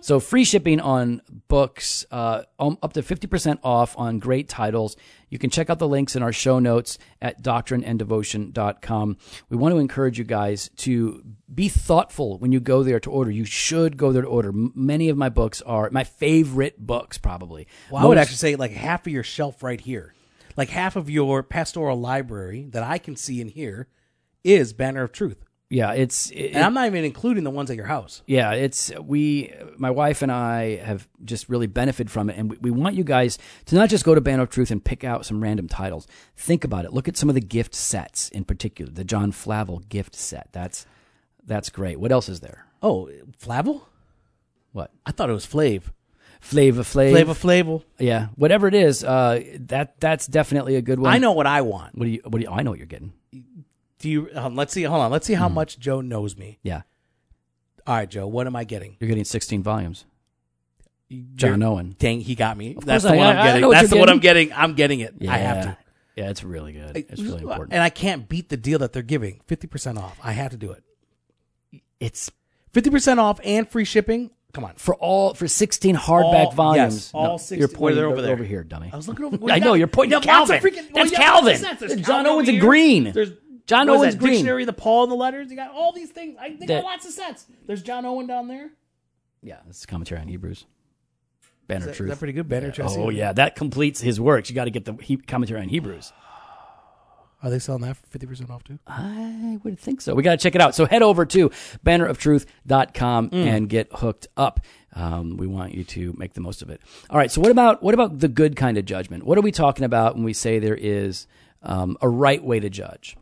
B: So free shipping on books, uh, um, up to 50% off on great titles. You can check out the links in our show notes at doctrineanddevotion.com. We want to encourage you guys to be thoughtful when you go there to order. You should go there to order. M- Many of my books are my favorite books, probably.
A: Well, I would actually say like half of your shelf right here, like half of your pastoral library that I can see in here, is Banner of Truth,
B: Yeah, it's. it-
A: and I'm not even including the ones at your house.
B: Yeah, it's we. My wife and I have just really benefited from it, and we, we want you guys to not just go to Banner of Truth and pick out some random titles. Think about it. Look at some of the gift sets in particular. The John Flavel gift set. That's that's great. What else is there?
A: Oh, Flavel?
B: What
A: I thought it was Flav.
B: Flava Flav?
A: Flavor Flavel.
B: Yeah, whatever it is. Uh, that that's definitely a good one.
A: I know what I want.
B: What do you? What do you? I know what you're getting.
A: Do you? Um, let's see. Hold on. Let's see how much Joe knows me.
B: Yeah,
A: All right, Joe. What am I getting?
B: you're getting 16 volumes. John
A: You're-
B: Owen.
A: Dang, he got me.
B: course
A: That's the
B: I-
A: one
B: I-
A: I'm
B: I
A: getting.
B: know what
A: That's the
B: you're
A: one I'm getting. I'm getting it. I have to.
B: Yeah, it's really good. It's really important.
A: And I can't beat the deal that they're giving. Fifty percent off. I have to do it.
B: It's
A: Fifty percent off and free shipping. Come on.
B: for all for 16 hardback
A: All-
B: volumes.
A: yes, all 16
B: You're pointing
A: they're
B: over,
A: over there.
B: here, dummy.
A: I was looking over.
B: I know you're pointing at
A: Yeah, lots
B: Calvin.
A: of freaking- well,
B: That's
A: yeah,
B: Calvin.
A: sense. There's
B: John
A: Calvin
B: Owens
A: over here.
B: and green.
A: There's
B: John
A: what is
B: Owens
A: that,
B: green.
A: Dictionary, the Paul, and the letters. You got all these things. I think
B: That-
A: lots of sense. There's John Owen down there.
B: Yeah, this is commentary on Hebrews. Banner
A: Is that,
B: truth.
A: is that pretty good? Banner Chassis?
B: oh yeah, that completes his works. You got to get the he- commentary on Hebrews.
A: Are they selling that for fifty percent off too?
B: I would think so. We got to check it out. So head over to banneroftruth.com
A: Mm.
B: and get hooked up. Um, we want you to make the most of it. All right. So what about what about the good kind of judgment? What are we talking about when we say there is um, a right way to judge?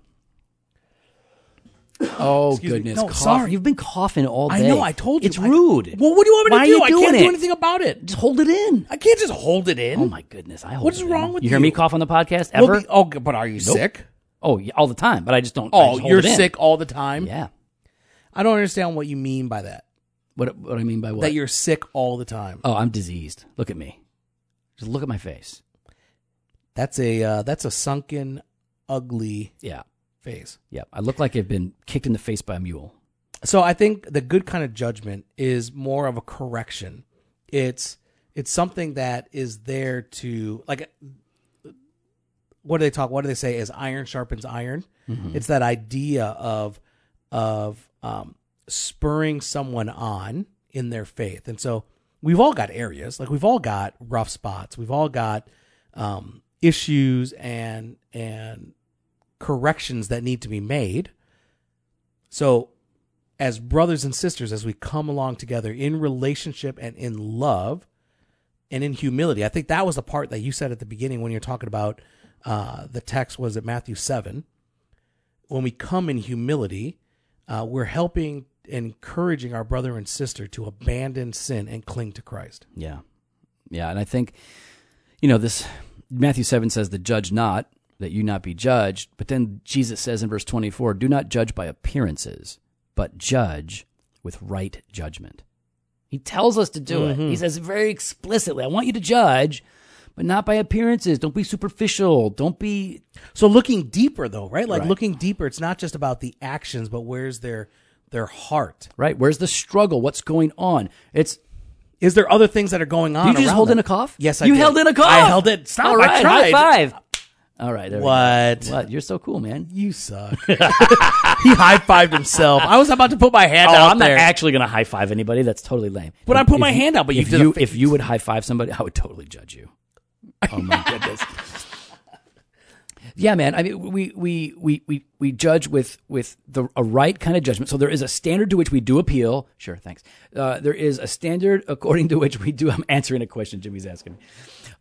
B: Oh
A: me.
B: goodness!
A: No,
B: Cough.
A: sorry.
B: You've been coughing all day.
A: I know. I told you.
B: It's
A: I-
B: rude.
A: well, what do you want me to
B: Why
A: do?
B: Are you doing
A: I can't
B: it?
A: do anything about it.
B: Just hold it in.
A: I can't just hold it in.
B: Oh my goodness! I hold
A: What is
B: it in.
A: wrong with
B: You hear me
A: you?
B: cough on the podcast
A: We'll
B: ever?
A: be- oh, but are you sick?
B: oh, yeah, all the time. But I just don't. I
A: Oh,
B: just hold
A: you're
B: it in.
A: sick all the time.
B: Yeah.
A: I don't understand what you mean by that.
B: What what I mean by what?
A: That you're sick all the time.
B: Oh, I'm diseased. Look at me. Just look at my face.
A: That's a uh, that's a sunken, ugly
B: Yeah.
A: face.
B: Yeah. I look like I've been kicked in the face by a mule.
A: So I think the good kind of judgment is more of a correction. It's it's something that is there to like what do they talk what do they say is iron sharpens iron? It's that idea of of um spurring someone on in their faith. And so we've all got areas, like we've all got rough spots. We've all got um issues and and corrections that need to be made. So as brothers and sisters as we come along together in relationship and in love and in humility. I think that was the part that you said at the beginning when you're talking about uh, the text was at Matthew 7. When we come in humility, uh, we're helping and encouraging our brother and sister to abandon sin and cling to Christ.
B: Yeah. Yeah. And I think, you know, this Matthew 7 says, the judge not, that you not be judged. But then Jesus says in verse 24, do not judge by appearances, but judge with right judgment. He tells us to do it. He says very explicitly, I want you to judge, but not by appearances. Don't be superficial. Don't be
A: So looking deeper though, right? Like
B: Right.
A: looking deeper, it's not just about the actions, but where's their their heart?
B: right. Where's the struggle? What's going on? It's
A: Is there other things that are going on?
B: Did you just
A: around
B: hold
A: them?
B: in a cough?
A: Yes, I
B: You
A: did.
B: held in a cough.
A: I held it. Stop.
B: All
A: I
B: right,
A: tried.
B: high five. All right. There we go.
A: What?
B: What? You're so cool, man.
A: You suck. he high fived himself. I was about to put my hand out
B: I'm
A: there.
B: not actually going to high five anybody. That's totally lame.
A: But I put my
B: you-
A: hand out, but you
B: if
A: did a
B: you
A: face.
B: if you would high five somebody, I would totally judge you. Oh my goodness. Yeah, man. I mean, we we we we we judge with with the a right kind of judgment. So there is a standard to which we do appeal. Sure, thanks. Uh, there is a standard according to which we do. I'm answering a question Jimmy's asking me,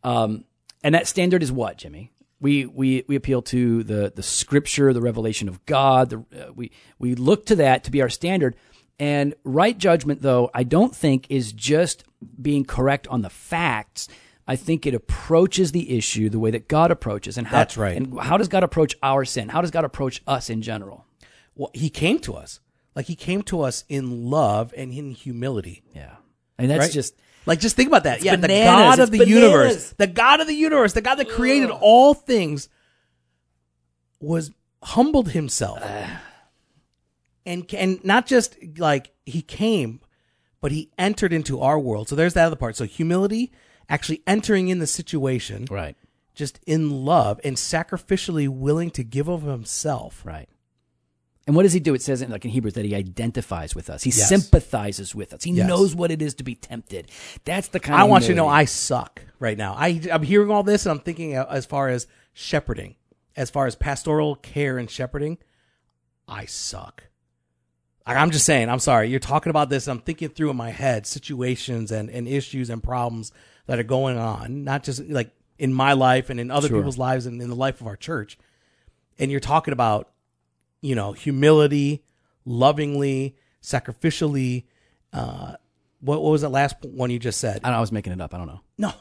B: um, and that standard is what, Jimmy? We we we appeal to the the Scripture, the revelation of God. The, uh, we we look to that to be our standard. And right judgment, though, I don't think is just being correct on the facts. I think it approaches the issue the way that God approaches, and how
A: That's right.
B: and how does God approach our sin? How does God approach us in general?
A: Well, he came to us. Like he came to us in love and in humility.
B: Yeah, I mean that's
A: Right?
B: just
A: like just think about that. yeah, the
B: bananas.
A: God
B: It's
A: of the
B: bananas.
A: universe, the God of the universe, the God that created all things, was humbled himself, and and not just like he came, but he entered into our world. So there's that other part. So humility, actually entering in the situation,
B: Right.
A: just in love and sacrificially willing to give of himself.
B: Right. And what does he do? It says in like in Hebrews that he identifies with us. He
A: Yes.
B: sympathizes with us. He
A: Yes.
B: knows what it is to be tempted. That's the kind
A: I
B: of
A: want you to know
B: humility.
A: I suck right now. I, I'm hearing all this and I'm thinking a- as far as shepherding, as far as pastoral care and shepherding, I suck. I- I'm just saying, I'm sorry. You're talking about this. I'm thinking through in my head situations and, and issues and problems that are going on, not just like in my life and in other
B: Sure.
A: people's lives and in the life of our church. And you're talking about, you know, humility, lovingly, sacrificially. Uh, what, what was that last one you just said?
B: I, don't know, I was making it up. I don't know.
A: No,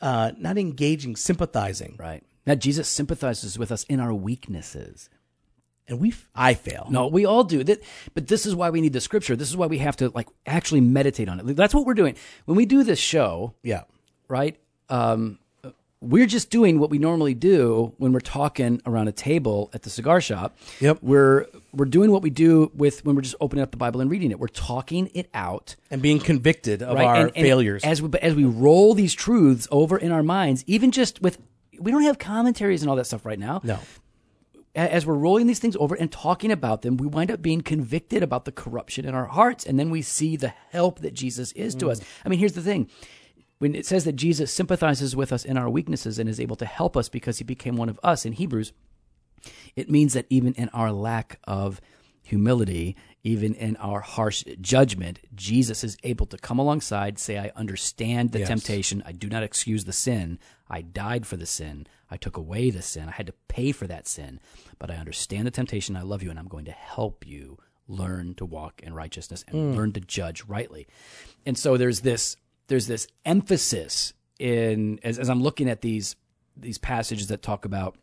A: uh, not engaging, sympathizing,
B: Right. Now Jesus sympathizes with us in our weaknesses.
A: and we f- I fail.
B: No, we all do. That, but this is why we need the scripture. This is why we have to like actually meditate on it. That's what we're doing. When we do this show,
A: Yeah,
B: right? Um, we're just doing what we normally do when we're talking around a table at the cigar shop.
A: Yep.
B: We're we're doing what we do with when we're just opening up the Bible and reading it. We're talking it out
A: and being convicted of
B: right?
A: our
B: And- and
A: failures.
B: as we but as we roll these truths over in our minds, even just with we don't have commentaries and all that stuff right now.
A: no,
B: A- As we're rolling these things over and talking about them, we wind up being convicted about the corruption in our hearts, and then we see the help that Jesus is to us. I mean, here's the thing. When it says that Jesus sympathizes with us in our weaknesses and is able to help us because he became one of us in Hebrews, it means that even in our lack of humility, even in our harsh judgment, Jesus is able to come alongside, say, I understand the temptation. I do not excuse the sin. I died for the sin. I took away the sin. I had to pay for that sin. But I understand the temptation. I love you, and I'm going to help you learn to walk in righteousness and learn to judge rightly. And so there's this there's this emphasis in as, as I'm looking at these these passages that talk about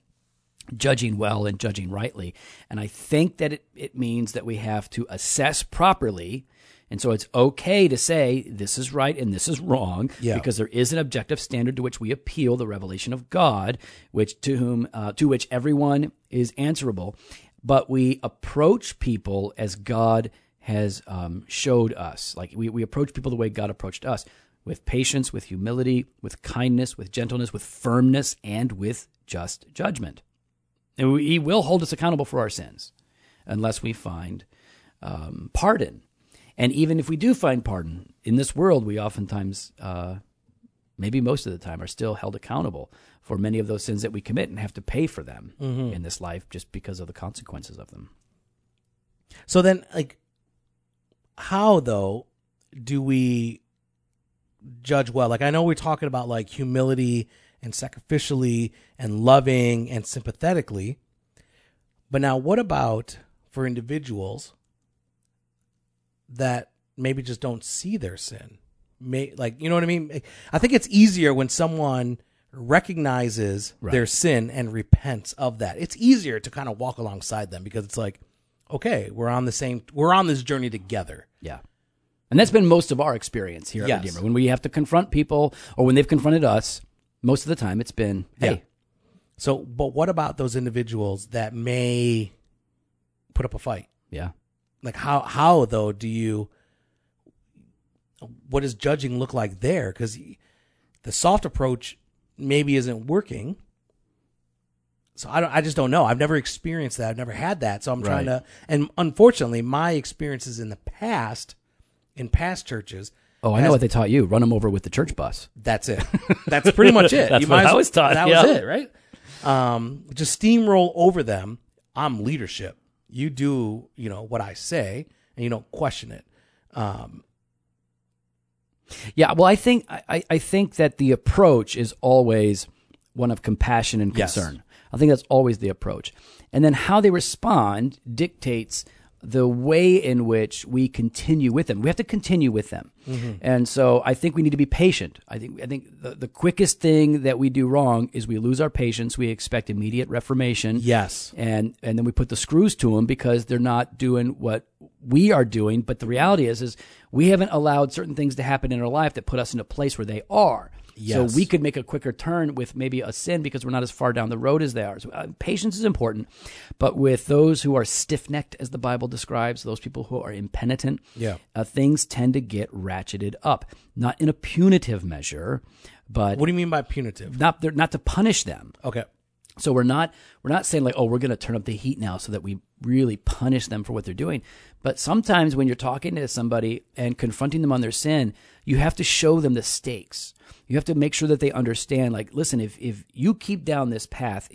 B: judging well and judging rightly. And I think that it, it means that we have to assess properly. And so it's okay to say this is right and this is wrong
A: Yeah.
B: because there is an objective standard to which we appeal the revelation of God, which to whom uh, to which everyone is answerable. But we approach people as God has um, showed us. Like we, we approach people the way God approached us with patience, with humility, with kindness, with gentleness, with firmness, and with just judgment. And we, he will hold us accountable for our sins unless we find um, pardon. And even if we do find pardon, in this world, we oftentimes, uh, maybe most of the time, are still held accountable for many of those sins that we commit and have to pay for them
A: Mm-hmm.
B: in this life just because of the consequences of them.
A: so then like, how though do we judge well? Like I know we're talking about like humility and sacrificially and loving and sympathetically, but now what about for individuals that maybe just don't see their sin. May, like, you know what I mean? I think it's easier when someone recognizes
B: Right.
A: their sin and repents of that. It's easier to kind of walk alongside them because it's like, okay, we're on the same, we're on this journey together.
B: Yeah. And that's been most of our experience here
A: Yes.
B: at Redeemer. When we have to confront people or when they've confronted us, most of the time it's been, hey,
A: Yeah. So, but what about those individuals that may put up a fight?
B: yeah.
A: Like, how, how though do you, what does judging look like there? Because the soft approach maybe isn't working. So I don't. I just don't know. I've never experienced that. I've never had that. So I'm trying
B: Right.
A: to. And unfortunately, my experiences in the past, in past churches,
B: Oh, I know
A: Has-
B: what they taught you. Run them over with the church bus.
A: that's it. That's pretty much it.
B: That's
A: You might
B: what
A: as-
B: I was taught,
A: That
B: yeah.
A: was it, right? Um, just steamroll over them. I'm leadership. You do, you know what I say, and you don't question it. Um,
B: Yeah, well, I think I- I, I think that the approach is always one of compassion and
A: Yes.
B: concern. I think that's always the approach, and then how they respond dictates the way in which we continue with them. We have to continue with them,
A: Mm-hmm.
B: and so I think we need to be patient. I think I think the, the quickest thing that we do wrong is we lose our patience. We expect immediate reformation
A: yes.
B: and and then we put the screws to them because they're not doing what we are doing but the reality is is we haven't allowed certain things to happen in our life that put us in a place where they are
A: Yes.
B: So we could make a quicker turn with maybe a sin because we're not as far down the road as they are. So, uh, patience is important, but with those who are stiff necked, as the Bible describes, those people who are impenitent,
A: Yeah.
B: uh, things tend to get ratcheted up. Not in a punitive measure, but
A: What do you mean by punitive?
B: not they're not to punish them.
A: Okay.
B: So we're not we're not saying like, oh, we're going to turn up the heat now so that we really punish them for what they're doing. But sometimes when you're talking to somebody and confronting them on their sin, you have to show them the stakes. You have to make sure that they understand like, listen, if if you keep down this path,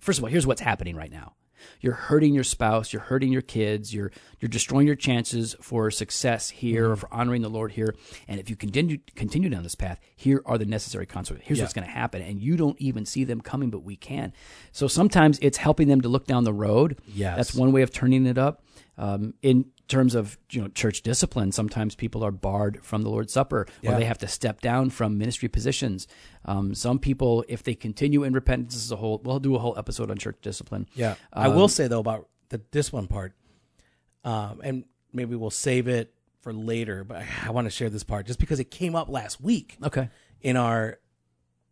B: first of all, here's what's happening right now. You're hurting your spouse, you're hurting your kids, you're you're destroying your chances for success here
A: Mm-hmm.
B: or for honoring the Lord here. And if you continue continue down this path, here are the necessary consequences. Here's what's going to happen, and you don't even see them coming, but we can. So sometimes it's helping them to look down the road.
A: Yes.
B: that's one way of turning it up. Um, in terms of you know church discipline, sometimes people are barred from the Lord's Supper, or
A: Yeah.
B: they have to step down from ministry positions. Um, some people, if they continue in repentance, this is a whole. We'll do a whole episode on church discipline.
A: Yeah. I
B: Um,
A: will say though about the discipline part, um, and maybe we'll save it for later. But I, I want to share this part just because it came up last week
B: Okay.
A: in our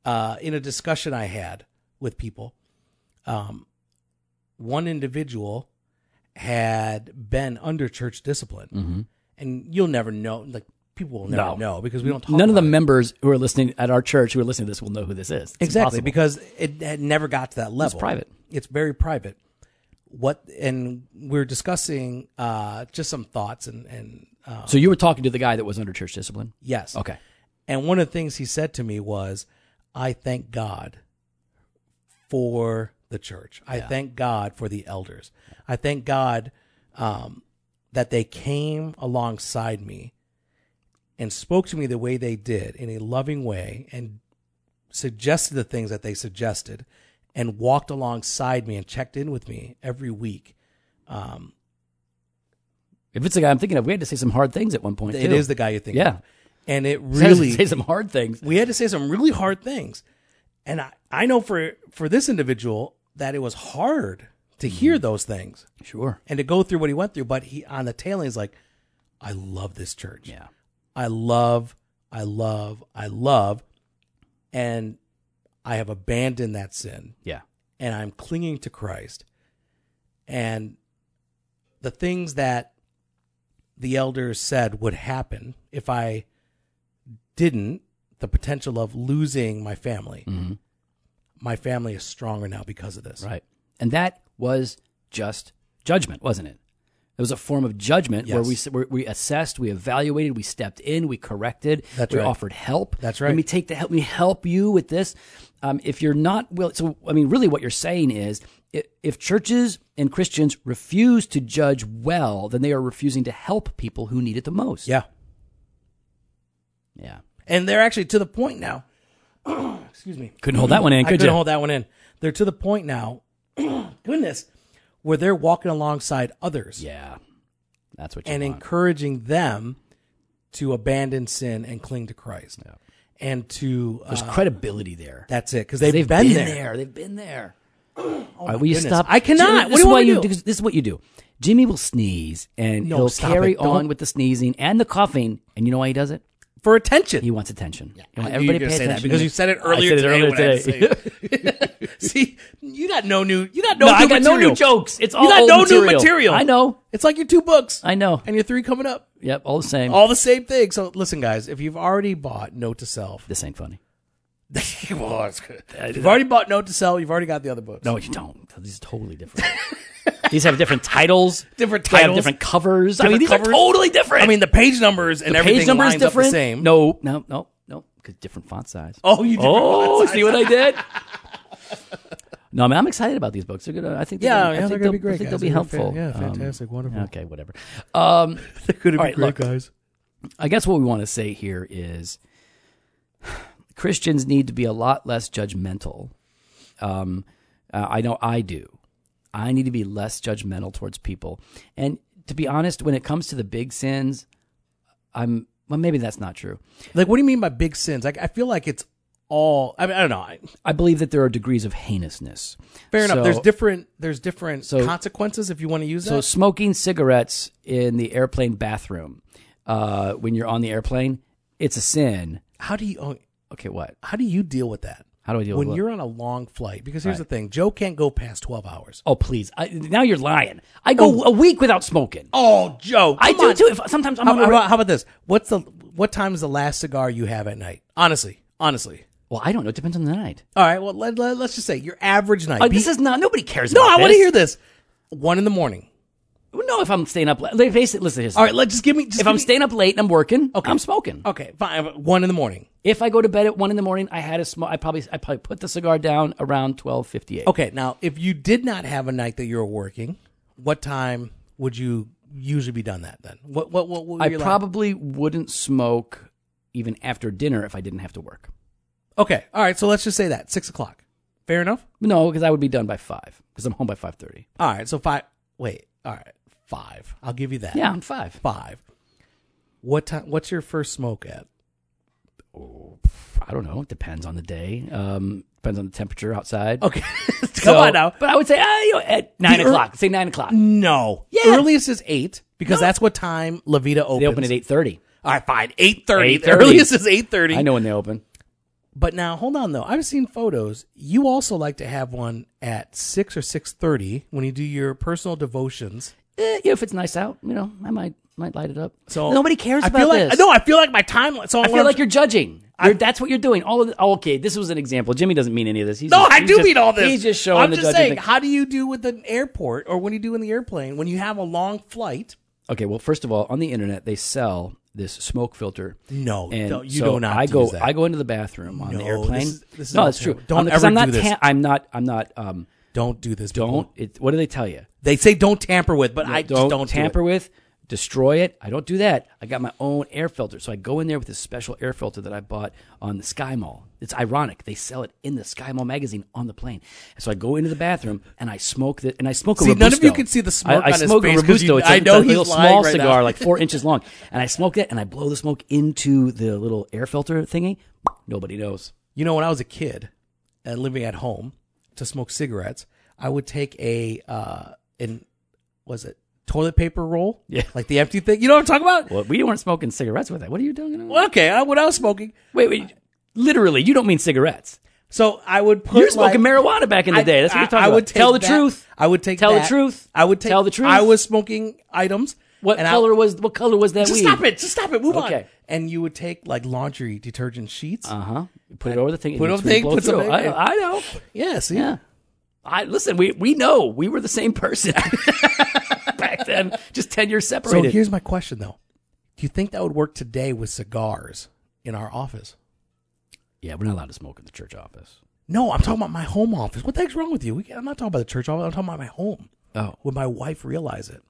A: uh, in a discussion I had with people. Um, one individual had been under church discipline, and you'll never know. Like people will never
B: Mm-hmm. No.
A: know because we don't talk.
B: None of
A: about
B: the
A: it.
B: members who are listening at our church who are listening to this will know who this is. It's
A: Exactly,
B: impossible.
A: because it had never got to that level.
B: private.
A: It's very private. What and we're discussing uh, just some thoughts and and uh,
B: so you were talking to the guy that was under church discipline.
A: yes,
B: Okay.
A: And one of the things he said to me was, "I thank God for the church. I thank God for the elders. I thank God um, that they came alongside me and spoke to me the way they did in a loving way and suggested the things that they suggested and walked alongside me and checked in with me every week. Um,
B: If it's the guy I'm thinking of, we had to say some hard things at one point.
A: it
B: too.
A: is the guy you think. of.
B: Yeah.
A: And it
B: We had to
A: really
B: say some hard things.
A: we had to say some really hard things and i, I know for for this individual that it was hard to hear those things
B: Sure.
A: and to go through what he went through but he on the tail end he's like i love this church
B: Yeah.
A: i love i love i love and i have abandoned that sin
B: Yeah.
A: and i'm clinging to christ and the things that the elders said would happen if i didn't the potential of losing my family
B: Mhm.
A: my family is stronger now because of this.
B: Right. And that was just judgment, wasn't it? It was a form of judgment where we
A: Yes.
B: where we assessed, we evaluated, we stepped in, we corrected,
A: That's
B: we
A: right.
B: offered help.
A: That's
B: Let
A: right.
B: me take the help. Let me help you with this. Um, if you're not willing, so I mean, really, what you're saying is, i- if churches and Christians refuse to judge well, then they are refusing to help people who need it the most.
A: Yeah.
B: Yeah.
A: And they're actually to the point now. Excuse me.
B: Couldn't hold that one in,
A: I
B: could
A: couldn't
B: you?
A: hold that one in. They're to the point now, goodness, where they're walking alongside others
B: yeah. That's what you
A: and
B: want.
A: encouraging them to abandon sin and cling to Christ. And to, uh,
B: There's credibility there.
A: that's it. Because they've, been, there. Oh
B: They've been there. All right, will you
A: goodness.
B: stop?
A: I cannot. What
B: Jimmy, this
A: do
B: is
A: you
B: why
A: want me to
B: you.
A: do?
B: This is what you do. Jimmy will sneeze and
A: No,
B: he'll
A: stop
B: carry
A: it. Don't-
B: on with the sneezing and the coughing. And you know why he does it?
A: For attention.
B: He wants attention. Yeah,
A: I knew you were gonna say that because you said it earlier
B: I said it
A: today.
B: earlier
A: when I had
B: today.
A: to say it. See, you got no new. You got no.
B: no,
A: new
B: I got no
A: material.
B: new jokes. It's all
A: You got
B: old
A: no
B: material.
A: new material.
B: I know.
A: It's like your two books
B: I know.
A: and your three coming up.
B: Yep, all the same.
A: All the same thing. So listen, guys, if you've already bought Note to Self,
B: this ain't funny.
A: well, it's good. If you've already bought Note to Self, you've already got the other books.
B: No, you don't. These are totally different. these have different titles.
A: Different
B: They have
A: titles.
B: different covers. I mean,
A: Different
B: these
A: covers.
B: are totally different.
A: I mean the page numbers and everything
B: page number is
A: lines up
B: different.
A: the same.
B: No, no, no, no, because different font size.
A: oh, you did.
B: Oh, see what I did? no, I mean, I'm excited about these books. They're gonna, I think, they're
A: Yeah,
B: gonna, I
A: yeah,
B: think
A: they're
B: they'll-
A: gonna be great.
B: I think
A: guys.
B: theyll be
A: They're gonna
B: helpful.
A: be fan- yeah,
B: Um,
A: fantastic, wonderful.
B: okay, whatever. Um,
A: They're gonna be
B: All right,
A: great,
B: look.
A: guys.
B: I guess what we want to say here is Christians need to be a lot less judgmental. Um, uh, I know I do. I need to be less judgmental towards people. And to be honest, when it comes to the big sins, I'm well. Maybe that's not true.
A: Like, what do you mean by big sins? Like, I feel like it's all. I mean, I don't know. I-
B: I believe that there are degrees of heinousness.
A: Fair enough.
B: So-
A: There's different. There's different
B: So-
A: consequences if you want to use
B: So
A: that.
B: smoking cigarettes in the airplane bathroom uh, when you're on the airplane, it's a sin.
A: How do you? Oh,
B: Okay, what?
A: How do you deal with that?
B: How do I deal
A: when
B: with
A: you're on a long flight? Because here's the thing: Joe can't go past twelve hours.
B: Oh, please. I, now you're lying. I go a week without smoking.
A: Oh, Joe,
B: I do too. If, sometimes I'm
A: How,
B: Oh. on Uh, a-
A: how about, how about this? What's the what time is the last cigar you have at night? Honestly, honestly.
B: Well, I don't know. It depends on the night.
A: All right. Well, let, let, us just say your average night.
B: Uh,
A: Be-
B: this is not. Nobody cares.
A: no,
B: about
A: I want to
B: this.
A: hear this. One in the morning.
B: No, if I'm staying up. la- like, Basically, listen. here's-
A: All right. Let's just give me. Just
B: if
A: give
B: I'm
A: me-
B: staying up late and I'm working, I'm smoking.
A: okay, fine. One in the morning.
B: If I go to bed at one in the morning, I had a smoke. I probably I probably put the cigar down around twelve fifty eight.
A: Okay. Now, if you did not have a night that you were working, what time would you usually be done that? Then what what what? what would
B: I
A: your la-
B: probably wouldn't smoke even after dinner if I didn't have to work.
A: Okay. All right. So let's just say that six o'clock. Fair enough.
B: No, because I would be done by five because I'm home by five thirty.
A: All right. So five. Wait. All right. Five. I'll give you that.
B: Yeah, I'm five.
A: Five. What time? What's your first smoke at?
B: I don't know. It depends on the day. Um, depends on the temperature outside.
A: Okay. Oh, Come
B: So-
A: on now. Mm.
B: But I would say uh, you know, at nine
A: ear-
B: o'clock. say nine o'clock.
A: No.
B: Yeah.
A: Earliest is eight because that's what time La Vida opens.
B: They open at eight thirty.
A: All right, fine. Eight thirty. The
B: 8:30.
A: earliest is eight thirty.
B: I know when they open.
A: But now, hold on though. I've seen photos. You also like to have one at six or six thirty when you do your personal devotions.
B: Eh, you know, if it's nice out, you know, I might might light it up.
A: So
B: nobody cares
A: I
B: about
A: feel like,
B: this.
A: No, I feel like my time. So
B: I feel like you're judging. You're, that's what you're doing. All of the, oh, okay. This was an example. Jimmy doesn't mean any of this. He's
A: No,
B: just-
A: I
B: he's
A: do
B: just-
A: mean all this.
B: He's just showing
A: I'm
B: the
A: just
B: judging
A: saying.
B: thing.
A: How do you do with an airport or when you do in the airplane when you have a long flight?
B: Okay, well, first of all, on the internet they sell this smoke filter.
A: No,
B: And
A: don't- you
B: so
A: do not
B: I
A: use
B: go.
A: that.
B: I go into the bathroom on
A: No,
B: the airplane.
A: this is- this is
B: no,
A: all
B: that's true.
A: terrible. Don't
B: I'm- 'cause
A: ever
B: I'm not
A: do this.
B: ta- I'm not. I'm not. Um,
A: Don't do this. people.
B: don't. It, what do they tell you?
A: They say don't tamper with, but I
B: don't,
A: just don't do it.
B: tamper with, destroy it. I don't do that. I got my own air filter. So I go in there with this special air filter that I bought on the Sky Mall. It's ironic. They sell it in the Sky Mall magazine on the plane. So I go into the bathroom and I smoke the and I smoke a
A: See,
B: Robusto.
A: none of you can see the smoke
B: I, I
A: on his
B: smoke
A: face
B: a
A: 'cause
B: Robusto.
A: you-
B: it's
A: I
B: a,
A: know
B: it's a little
A: he's lying
B: small
A: right now.
B: cigar, like four inches long. And I smoke it and I blow the smoke into the little air filter thingy. Nobody knows.
A: You know, when I was a kid and living at home to smoke cigarettes, I would take a uh an was it toilet paper roll?
B: Yeah.
A: Like the empty thing. You know what I'm talking about?
B: Well, we weren't smoking cigarettes with that. What are you doing?
A: Well, okay, I, when I was smoking.
B: Wait, wait. Literally, you don't mean cigarettes.
A: So I would put
B: You were smoking
A: like,
B: marijuana back in the day. That's what
A: I-
B: you're talking
A: I
B: about.
A: would take
B: Tell the
A: that-
B: truth.
A: I would take
B: Tell the
A: that.
B: truth.
A: I would take
B: Tell the truth.
A: I was smoking items.
B: What
A: and I-
B: color was what color was that
A: just
B: weed?
A: stop it. Just stop it. Move on.
B: Okay.
A: And you would take like laundry detergent sheets.
B: Uh huh. Put it over the thing.
A: Put it
B: and
A: over the
B: you
A: thing,
B: blow
A: put
B: through.
A: something in.
B: I, I know.
A: yeah, see?
B: Yeah. I listen. We we know we were the same person back then. Just ten years
A: So
B: separated.
A: here's my question though. Do you think that would work today with cigars in our office?
B: yeah, we're not allowed to smoke in the church office.
A: No, I'm talking about my home office. What the heck's wrong with you? We, I'm not talking about the church office. I'm talking about my home.
B: Oh,
A: Would my wife realize it?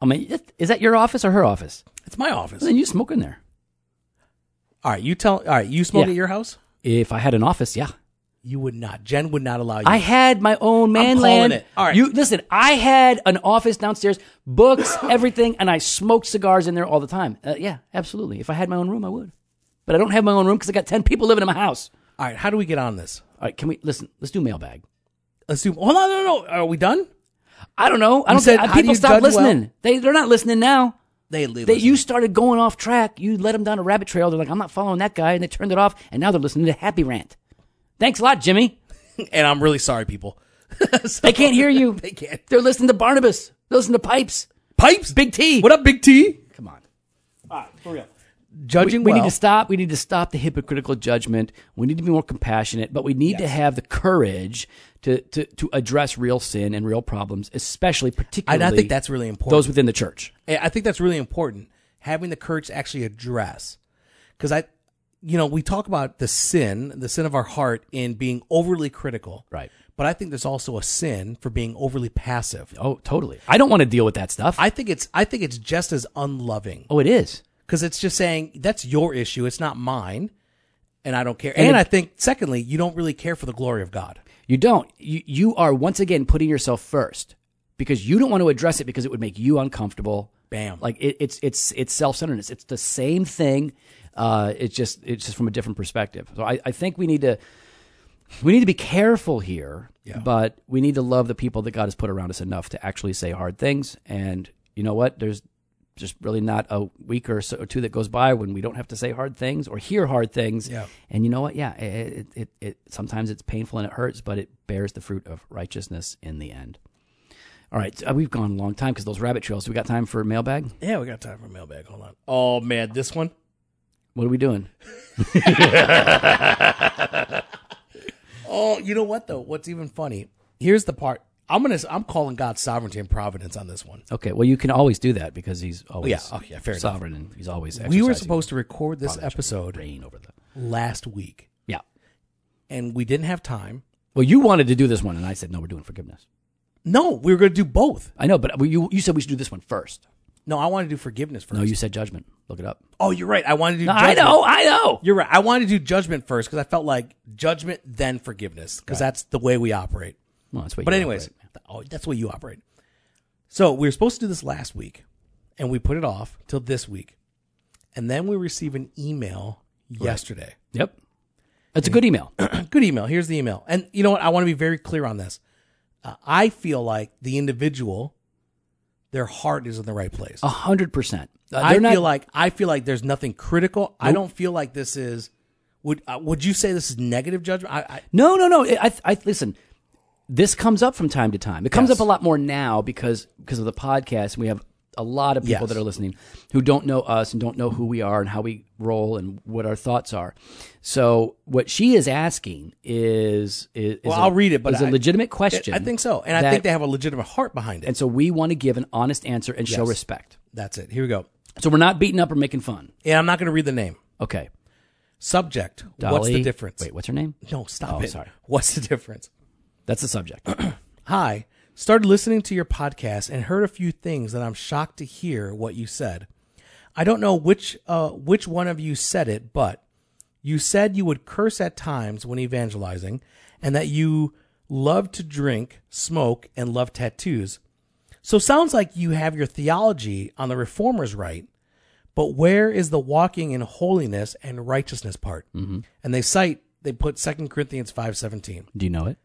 B: I mean, it- is that your office or her office?
A: It's my office.
B: Then you smoke in there.
A: All right, you tell. All right, you smoke
B: Yeah.
A: at your house?
B: If I had an office, yeah.
A: You would not. Jen would not allow you.
B: I had my own
A: calling
B: manland.
A: it. All right.
B: You listen, I had an office downstairs, books, everything, and I smoked cigars in there all the time. Uh, yeah, absolutely. If I had my own room, I would. But I don't have my own room because I got 10 people living in my house.
A: all right, how do we get on this?
B: All right, can we listen? Let's do mailbag.
A: Let's do. Hold on, no, no, no. Are we done?
B: I don't know. I don't
A: said,
B: think uh,
A: how do
B: people
A: you
B: stopped
A: judge well?
B: listening. They they're not listening now.
A: They leave.
B: They, you started going off track. You led them down a rabbit trail. They're like, I'm not following that guy, and they turned it off. And now they're listening to Happy Rant. Thanks a lot, Jimmy.
A: and I'm really sorry, people. So-
B: They can't hear you.
A: They can't.
B: They're listening to Barnabas. They're listening to Pipes.
A: Pipes.
B: Big T.
A: What up, Big T?
B: Come on.
A: Judging.
B: We
A: well,
B: need to stop. We need to stop the hypocritical judgment. We need to be more compassionate, but we need to have the courage to, to, to address real sin and real problems, especially particularly.
A: And I think that's really important.
B: those within the church.
A: I I think that's really important. Having the courage to actually address, because I, you know, we talk about the sin, the sin of our heart in being overly critical,
B: Right.
A: But I think there's also a sin for being overly passive.
B: Oh, totally. I don't want to deal with that stuff.
A: I think it's I think it's just as unloving
B: oh, it is.
A: because it's just saying that's your issue, it's not mine, and I don't care. And, I think secondly, you don't really care for the glory of God.
B: You don't. You, you are once again putting yourself first because you don't want to address it because it would make you uncomfortable.
A: Bam.
B: Like it, it's it's it's self centeredness. It's the same thing. Uh, it's just it's just from a different perspective. So I, I think we need to we need to be careful here, but we need to love the people that God has put around us enough to actually say hard things. And you know what? There's just really not a week or so or two that goes by when we don't have to say hard things or hear hard things.
A: Yeah.
B: And you know what? Yeah, it, it, it, it sometimes it's painful and it hurts, but it bears the fruit of righteousness in the end. All right, uh, we've gone a long time because those rabbit trails. Do we got time for mailbag?
A: Yeah, we got time for mailbag. Hold on. Oh man, this one.
B: What are we doing?
A: Oh, you know what though? What's even funny? Here's the part. I'm gonna. I'm calling God's sovereignty and providence on this one.
B: Okay, well you can always do that because he's always
A: yeah, oh, yeah, fair enough.
B: sovereign and he's always
A: We were
B: exercising
A: supposed to record this episode
B: reign over the
A: last week,
B: yeah.
A: and we didn't have time.
B: Well, you wanted to do this one, and I said no, we're doing forgiveness.
A: No, we were gonna do both.
B: I know, but you you said we should do this one first.
A: No, I wanted to do forgiveness first.
B: No, you said judgment. Look it up.
A: oh, you're right. I wanted to. do
B: No, I
A: judgment.
B: know, I know.
A: You're right. I wanted to do judgment first because I felt like judgment then forgiveness because that's the way we operate.
B: Well, that's what
A: But
B: you
A: anyways,
B: operate.
A: oh, that's what you operate. So we were supposed to do this last week, and we put it off till this week, and then we received an email yesterday.
B: Yep, that's a good email.
A: Good email. Here's the email, and you know what? I want to be very clear on this. Uh, I feel like the individual, their heart is in the right place.
B: A hundred percent. Uh,
A: I
B: They're not.
A: feel like I feel like there's nothing critical. I don't feel like this is. Would uh, would you say this is negative judgment? I, I
B: no, no, no. I, I- I listen. This comes up from time to time. It comes
A: Yes.
B: up a lot more now because because of the podcast. We have a lot of people
A: Yes.
B: that are listening who don't know us and don't know who we are and how we roll and what our thoughts are. So what she is asking is is, is
A: well,
B: a-
A: I'll read it, but
B: is a
A: I-
B: legitimate question.
A: I think so, and I
B: that-
A: think they have a legitimate heart behind it.
B: And so we want to give an honest answer and show respect.
A: That's it. Here we go.
B: So we're not beating up or making fun.
A: And I'm not going to read the name.
B: Okay.
A: Subject.
B: Dolly,
A: What's the difference?
B: Wait, what's her name?
A: No, stop
B: Oh,
A: it.
B: sorry.
A: What's the difference?
B: That's the subject.
A: Hi. Started listening to your podcast and heard a few things that I'm shocked to hear what you said. I don't know which uh, which one of you said it, but you said you would curse at times when evangelizing, and that you love to drink, smoke, and love tattoos. So sounds like you have your theology on the reformers right, but where is the walking in holiness and righteousness part? Mm-hmm. And they cite they put 2 Corinthians five seventeen
B: Do you know it?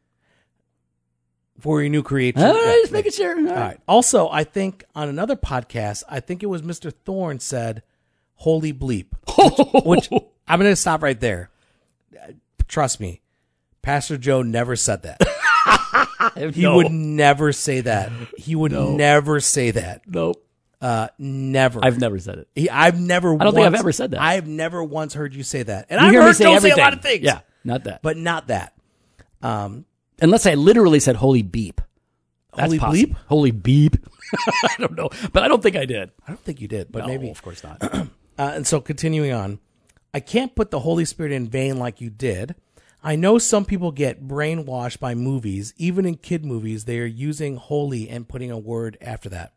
A: for your new creation.
B: All right,
A: Yeah.
B: just making sure. All right.
A: All right. Also, I think on another podcast, I think it was Mr. Thorne said, "Holy bleep," which, which I'm going to stop right there. Uh, Trust me, Pastor Joe never said that. He
B: No.
A: would never say that. He would never say that.
B: Nope.
A: Uh, never.
B: I've never said it.
A: he, I've never.
B: don't think I've ever said that.
A: I've never once heard you say that. And
B: You
A: I've
B: hear me
A: heard Joe say a lot
B: everything.
A: of things.
B: Yeah, not that. But
A: but not that. Um,
B: unless I literally said "holy beep." That's
A: Holy
B: possible.
A: bleep?
B: Holy beep. I don't know, but I don't think I did.
A: I don't think you did, but
B: No,
A: maybe
B: of course not.
A: Uh, and so continuing on, I can't put the Holy Spirit in vain like you did. I know some people get brainwashed by movies, even in kid movies, they are using holy and putting a word after that.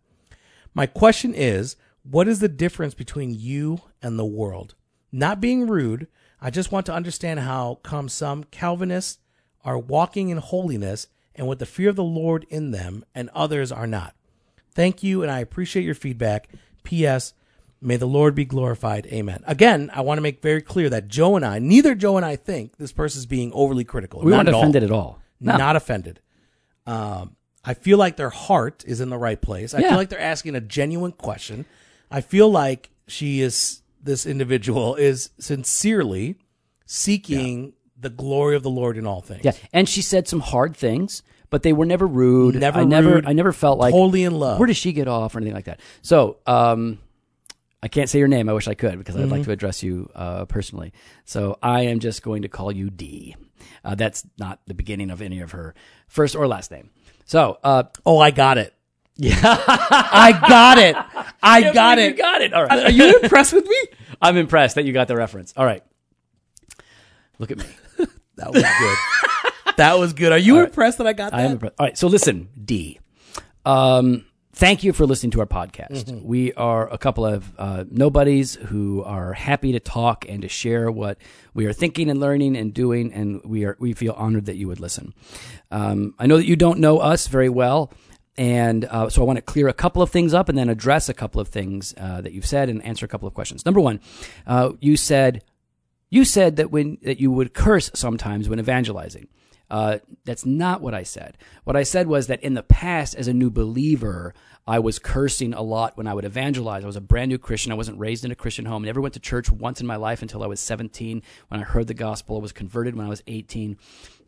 A: My question is, what is the difference between you and the world? Not being rude, I just want to understand how come some Calvinists are walking in holiness and with the fear of the Lord in them and others are not. Thank you, and I appreciate your feedback. P.S. May the Lord be glorified. Amen. Again, I want to make very clear that Joe and I, neither Joe and I think this person is being overly critical.
B: we
A: not
B: weren't
A: at all.
B: offended at all. No.
A: Not offended. Um, I feel like their heart is in the right place. I
B: Yeah.
A: feel like they're asking a genuine question. I feel like she is, this individual is sincerely seeking the glory of the Lord in all things.
B: Yeah, and she said some hard things, but they were never rude.
A: Never
B: I never,
A: rude.
B: I never felt like
A: Wholly in love.
B: Where does she get off or anything like that? So, um, I can't say your name. I wish I could because I'd
A: Mm-hmm.
B: like to address you uh, personally. So I am just going to call you D. Uh, that's not the beginning of any of her first or last name. So, uh,
A: Oh, I got it. Yeah. I got it. I got
B: you
A: it.
B: got it. All
A: Are
B: right.
A: you impressed with me?
B: I'm impressed that you got the reference. All right. Look at me.
A: That was good. that was good. Are you impressed that I got that?
B: I am impressed. All right, so listen, D. Um, thank you for listening to our podcast. We are a couple of uh, nobodies who are happy to talk and to share what we are thinking and learning and doing, and we are we feel honored that you would listen. Um, I know that you don't know us very well. And uh, so I want to clear a couple of things up and then address a couple of things uh, that you've said and answer a couple of questions. Number one, uh, you said you said that when that you would curse sometimes when evangelizing. Uh, that's not what I said. What I said was that in the past, as a new believer, I was cursing a lot when I would evangelize. I was a brand new Christian. I wasn't raised in a Christian home. Never went to church once in my life until I was 17. When I heard the gospel, I was converted when I was 18.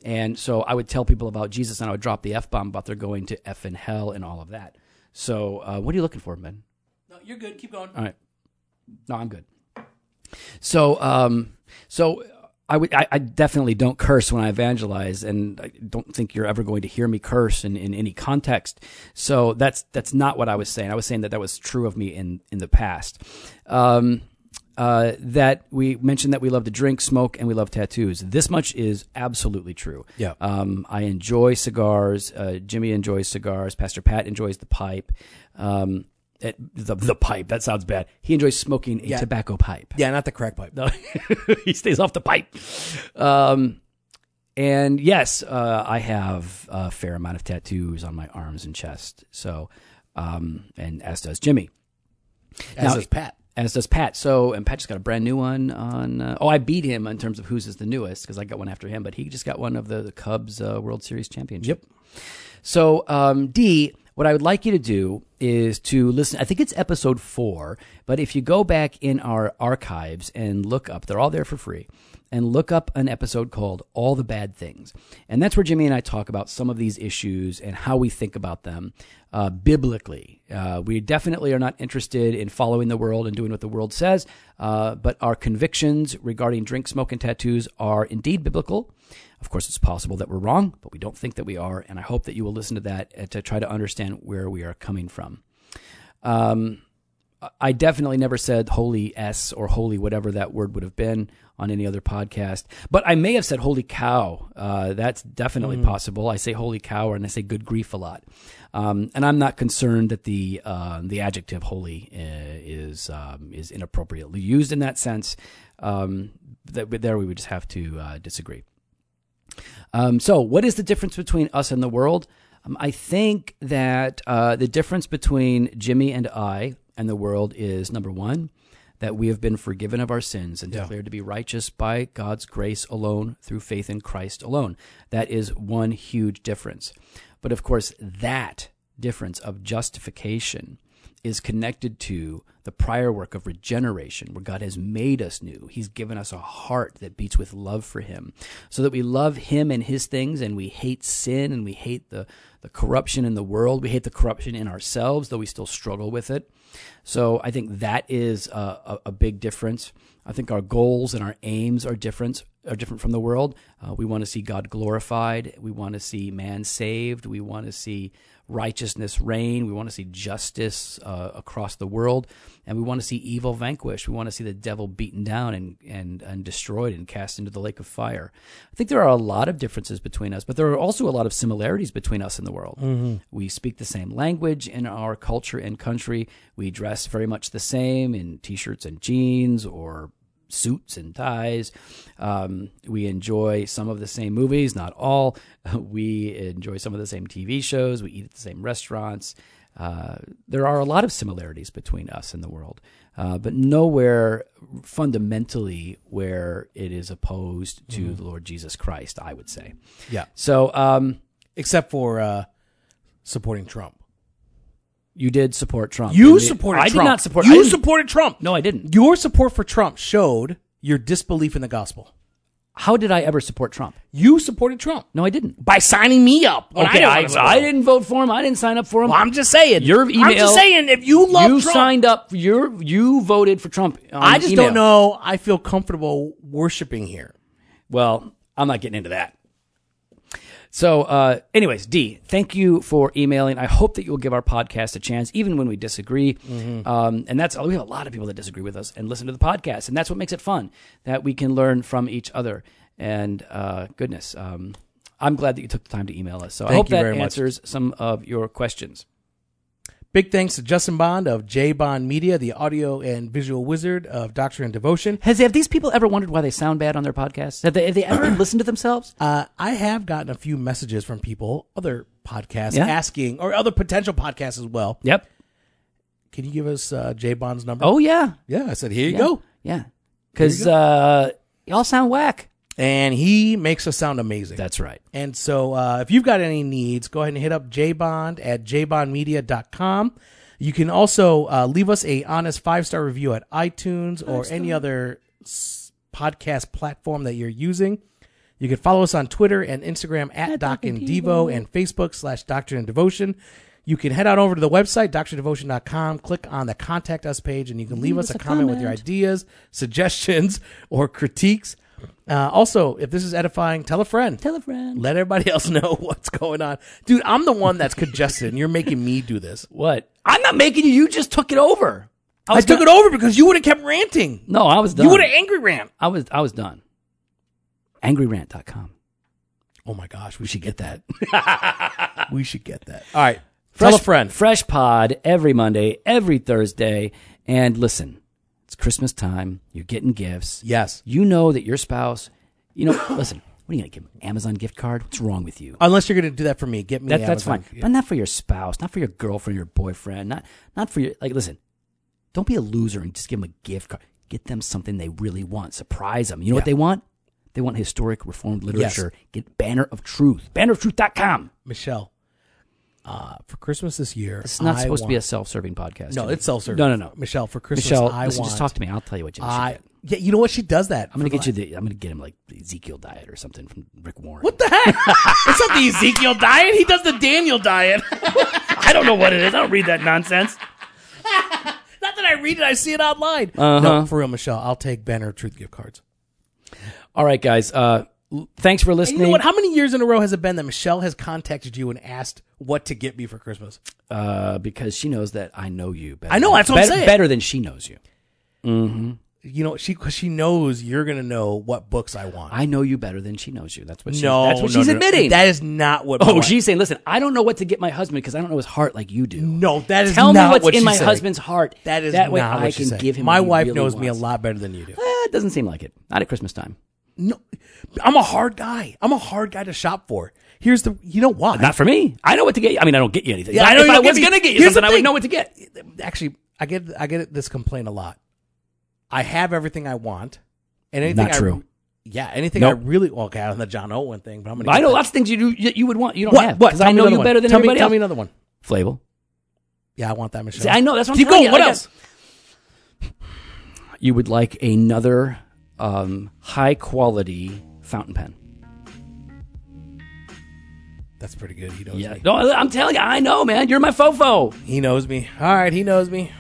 B: And so I would tell people about Jesus and I would drop the F bomb about they're going to F in hell and all of that. So, uh, what are you looking for, Ben?
A: No, you're good. Keep going.
B: All right. No, I'm good. So, um, so I would, I, I definitely don't curse when I evangelize, and I don't think you're ever going to hear me curse in, in any context. So that's that's not what I was saying. I was saying that that was true of me in in the past. Um, uh, that we mentioned that we love to drink, smoke, and we love tattoos. This much is absolutely true.
A: Yeah.
B: Um, I enjoy cigars. Uh, Jimmy enjoys cigars. Pastor Pat enjoys the pipe. Um, it, the the pipe that sounds bad. He enjoys smoking a
A: Yeah.
B: tobacco pipe.
A: Yeah, not the crack pipe.
B: No, he stays off the pipe. Um, and yes, uh, I have a fair amount of tattoos on my arms and chest. So, um, and as does Jimmy,
A: As
B: Now-
A: is Pat.
B: as does Pat. So, and Pat just got a brand new one on. Uh, oh, I beat him in terms of whose is the newest because I got one after him, but he just got one of the, the Cubs uh, World Series championship.
A: Yep.
B: So, um, D, what I would like you to do is to listen. I think it's episode four, but if you go back in our archives and look up, they're all there for free, and look up an episode called All the Bad Things. And that's where Jimmy and I talk about some of these issues and how we think about them uh, biblically. Uh, we definitely are not interested in following the world and doing what the world says, uh, but our convictions regarding drink, smoke, and tattoos are indeed biblical. Of course, it's possible that we're wrong, but we don't think that we are. And I hope that you will listen to that uh, to try to understand where we are coming from. Um, I definitely never said holy S or holy whatever that word would have been on any other podcast, but I may have said holy cow. Uh, that's definitely possible. I say holy cow and I say good grief a lot. Um, and I'm not concerned that the uh, the adjective holy uh, is um, is inappropriately used in that sense. Um, that, there we would just have to uh, disagree. Um, so, what is the difference between us and the world? Um, I think that uh, the difference between Jimmy and I and the world is number one, that we have been forgiven of our sins and declared to be righteous by God's grace alone through faith in Christ alone. That is one huge difference. But of course, that difference of justification is connected to the prior work of regeneration, where God has made us new. He's given us a heart that beats with love for Him, so that we love Him and His things, and we hate sin, and we hate the, the corruption in the world. We hate the corruption in ourselves, though we still struggle with it. So I think that is a, a, a big difference. I think our goals and our aims are different are different from the world. Uh, we want to see God glorified. We want to see man saved. We want to see righteousness reign. We want to see justice uh, across the world, and we want to see evil vanquished. We want to see the devil beaten down and, and and destroyed and cast into the lake of fire. I think there are a lot of differences between us, but there are also a lot of similarities between us and the world. We speak the same language in our culture and country. We dress very much the same in t-shirts and jeans or suits and ties. Um, we enjoy some of the same movies, not all. We enjoy some of the same TV shows. We eat at the same restaurants. Uh, there are a lot of similarities between us and the world, uh, but nowhere fundamentally where it is opposed to the Lord Jesus Christ, I would say.
A: Yeah.
B: So um,
A: Except for uh, supporting Trump.
B: you did support Trump.
A: You
B: didn't
A: supported
B: I
A: Trump.
B: did not support I
A: You
B: didn't-
A: supported Trump.
B: No, I didn't.
A: Your support for Trump showed your disbelief in the gospel.
B: How did I ever support Trump?
A: You supported Trump
B: No, I didn't.
A: by signing me up. when
B: okay,
A: didn't
B: I,
A: wanna vote.
B: I didn't vote for him. I didn't sign up for him.
A: Well, I'm just saying.
B: Your
A: I'm
B: email-
A: just saying. If you love
B: you
A: Trump,
B: signed up. You you voted for Trump. on
A: I just
B: email.
A: don't know. I feel comfortable worshiping here.
B: Well, I'm not getting into that. So, uh, anyways, D, thank you for emailing. I hope that you'll give our podcast a chance, even when we disagree. Um, and that's we have a lot of people that disagree with us and listen to the podcast, and that's what makes it fun that we can learn from each other. And uh, goodness, um, I'm glad that you took the time to email us. So I
A: Thank
B: hope
A: you
B: that
A: very much.
B: answers some of your questions.
A: Big thanks to Justin Bond of J Bond Media, the audio and visual wizard of Doctrine and Devotion.
B: Has have these people ever wondered why they sound bad on their podcasts? Have they, have they ever listened to themselves?
A: Uh, I have gotten a few messages from people, other podcasts,
B: Yeah.
A: asking, or other potential podcasts as well.
B: Yep.
A: Can you give us uh, J Bond's number?
B: Oh yeah.
A: yeah. I said, here you
B: Yeah.
A: go.
B: Yeah. Because uh, y'all sound whack.
A: and he makes us sound amazing.
B: That's right.
A: And so uh, if you've got any needs, go ahead and hit up jbond at jbondmedia.com. You can also uh, leave us a honest five-star review at iTunes or any other s- podcast platform that you're using. You can follow us on Twitter and Instagram at Doc and Devo and Facebook slash Doctrine and Devotion. You can head on over to the website, doctrinedevotion.com, click on the Contact Us page, and you can leave, us a, comment with your ideas, suggestions, or critiques. Uh, also, if this is edifying, tell a friend.
B: Tell a friend.
A: Let everybody else know what's going on. Dude, I'm the one that's congested, and you're making me do this.
B: What? I'm not making you. You just took it over.
A: I, took it over because you would have kept ranting.
B: No, I was done.
A: You would have angry rant.
B: I was. I was done. AngryRant.com.
A: Oh my gosh, we shove
B: should get that.
A: we should get that. Ah. All right. Tell a friend.
B: Fresh pod every Monday, every Thursday. And listen, it's Christmas time. You're getting gifts.
A: Yes.
B: You know that your spouse, you know, listen, what are you going to give 'em? Amazon gift card? What's wrong with you?
A: Unless you're going to do that for me. Get me
B: That, that's
A: Amazon.
B: fine. But not for your spouse, not for your girlfriend, your boyfriend, not, not for your, like, listen, don't be a loser and just give them a gift card. Get them something they really want. Surprise them. You know what they want? They want historic reformed literature. Get Banner of Truth. Banneroftruth.com.
A: Michelle, uh, for Christmas this year,
B: It's not
A: I
B: supposed to be a
A: want-
B: self-serving podcast.
A: No,
B: Jimmy.
A: it's self-serving.
B: No, no, no.
A: Michelle, for Christmas,
B: Michelle,
A: I
B: listen,
A: want.
B: just talk to me. I'll tell you what you
A: I,
B: I,
A: yeah, you know what? She does that.
B: I'm going to get you the. I'm going to get him like the Ezekiel diet or something from Rick Warren.
A: What the heck? it's not the Ezekiel diet. He does the Daniel diet.
B: I don't know what it is. I don't read that nonsense.
A: Not that I read it, I see it online. No,
B: Uh-huh.
A: for real, Michelle, I'll take Banner of Truth gift cards.
B: All right, guys. Uh, l- thanks for listening.
A: You know what? How many years in a row has it been that Michelle has contacted you and asked what to get me for Christmas?
B: Uh, because she knows that I know you better.
A: I know,
B: than-
A: that's what I'm
B: better-
A: saying.
B: Better than she knows you.
A: You know, she 'cause she knows you're gonna know what books I want.
B: I know you better than she knows you. That's what. She,
A: no,
B: that's what
A: no,
B: she's
A: no, no.
B: admitting.
A: That is not what. my
B: oh,
A: wife-
B: she's saying, listen, I don't know what to get my husband because I don't know his heart like you do.
A: no. That is
B: Tell me
A: not
B: what's
A: what
B: in
A: she
B: my
A: said.
B: husband's heart.
A: That is
B: that way
A: not
B: I
A: what she
B: can
A: said.
B: give him.
A: My
B: what he
A: wife
B: really
A: knows me a
B: wants.
A: lot better than you do.
B: Eh, it doesn't seem like it. Not at Christmas time.
A: No, I'm a hard guy. I'm a hard guy to shop for. Here's the. You know why?
B: Not for me. I know what to get you. I mean, I don't get you anything.
A: Yeah,
B: I
A: I
B: know
A: know
B: if
A: you
B: I
A: don't get
B: was
A: me-
B: going to get you
A: Here's the
B: something, I would
A: thing.
B: know what to get.
A: actually I get I get this complaint a lot. I have everything I want, and anything
B: Not
A: I,
B: true.
A: Yeah, anything
B: Nope.
A: I really well, okay, on the John Owen thing, but I'm gonna.
B: I
A: get
B: know
A: that.
B: lots of things you do that you would want. You don't
A: What?
B: have.
A: What?
B: 'cause
A: Tell
B: I
A: me
B: know
A: another
B: you
A: one.
B: better than
A: tell
B: everybody
A: me, Tell
B: else.
A: me another one.
B: Flavel.
A: Yeah, I want that, Michelle.
B: See, I know. That's what I'm
A: Keep
B: telling
A: going.
B: you.
A: What
B: I got-
A: else?
B: You would like another um, high quality fountain pen.
A: That's pretty good. He knows
B: Yeah.
A: me.
B: No, I'm telling you. I know, man. You're my fofo.
A: He knows me. All right, he knows me.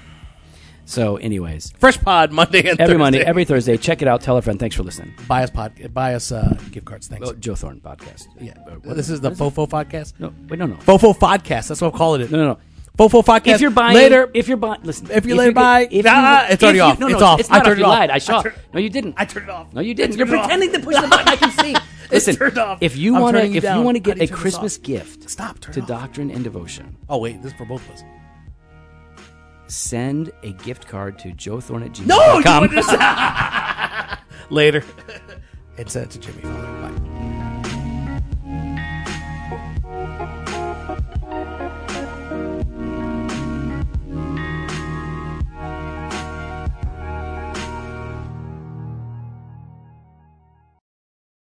B: So, anyways,
A: Fresh Pod Monday and
B: every
A: Thursday.
B: Monday, every Thursday, check it out. Tell a friend. Thanks for listening.
A: buy us pod buy us uh, gift cards. Thanks.
B: Oh, Joe Thorne podcast.
A: yeah, this is the Fofo podcast.
B: No, wait, no, no,
A: Fofo podcast. That's what I'm calling it.
B: no, no, no.
A: Fofo podcast.
B: If you're buying
A: later,
B: if you're buying, listen.
A: If you're later buy-
B: if
A: Ah, it's already
B: if
A: off.
B: No, no,
A: It's off.
B: It's
A: I
B: not
A: turned
B: off. You
A: it off.
B: lied. I
A: I
B: saw.
A: turned-
B: no, you didn't.
A: I turned it off.
B: No, you didn't. You're
A: it off.
B: pretending to push the button. I can see. Listen,
A: turned off.
B: if you
A: I'm
B: want to,
A: turning you
B: if you
A: down.
B: want to
A: How
B: get
A: do you
B: a
A: turn this
B: Christmas
A: off?
B: gift,
A: Stop, turn
B: to
A: it off.
B: Doctrine and Devotion.
A: oh wait, this is for both of us.
B: Send a gift card to Joe Thorne at gmail.
A: No, you wouldn't- later, and send it to Jimmy. Bye.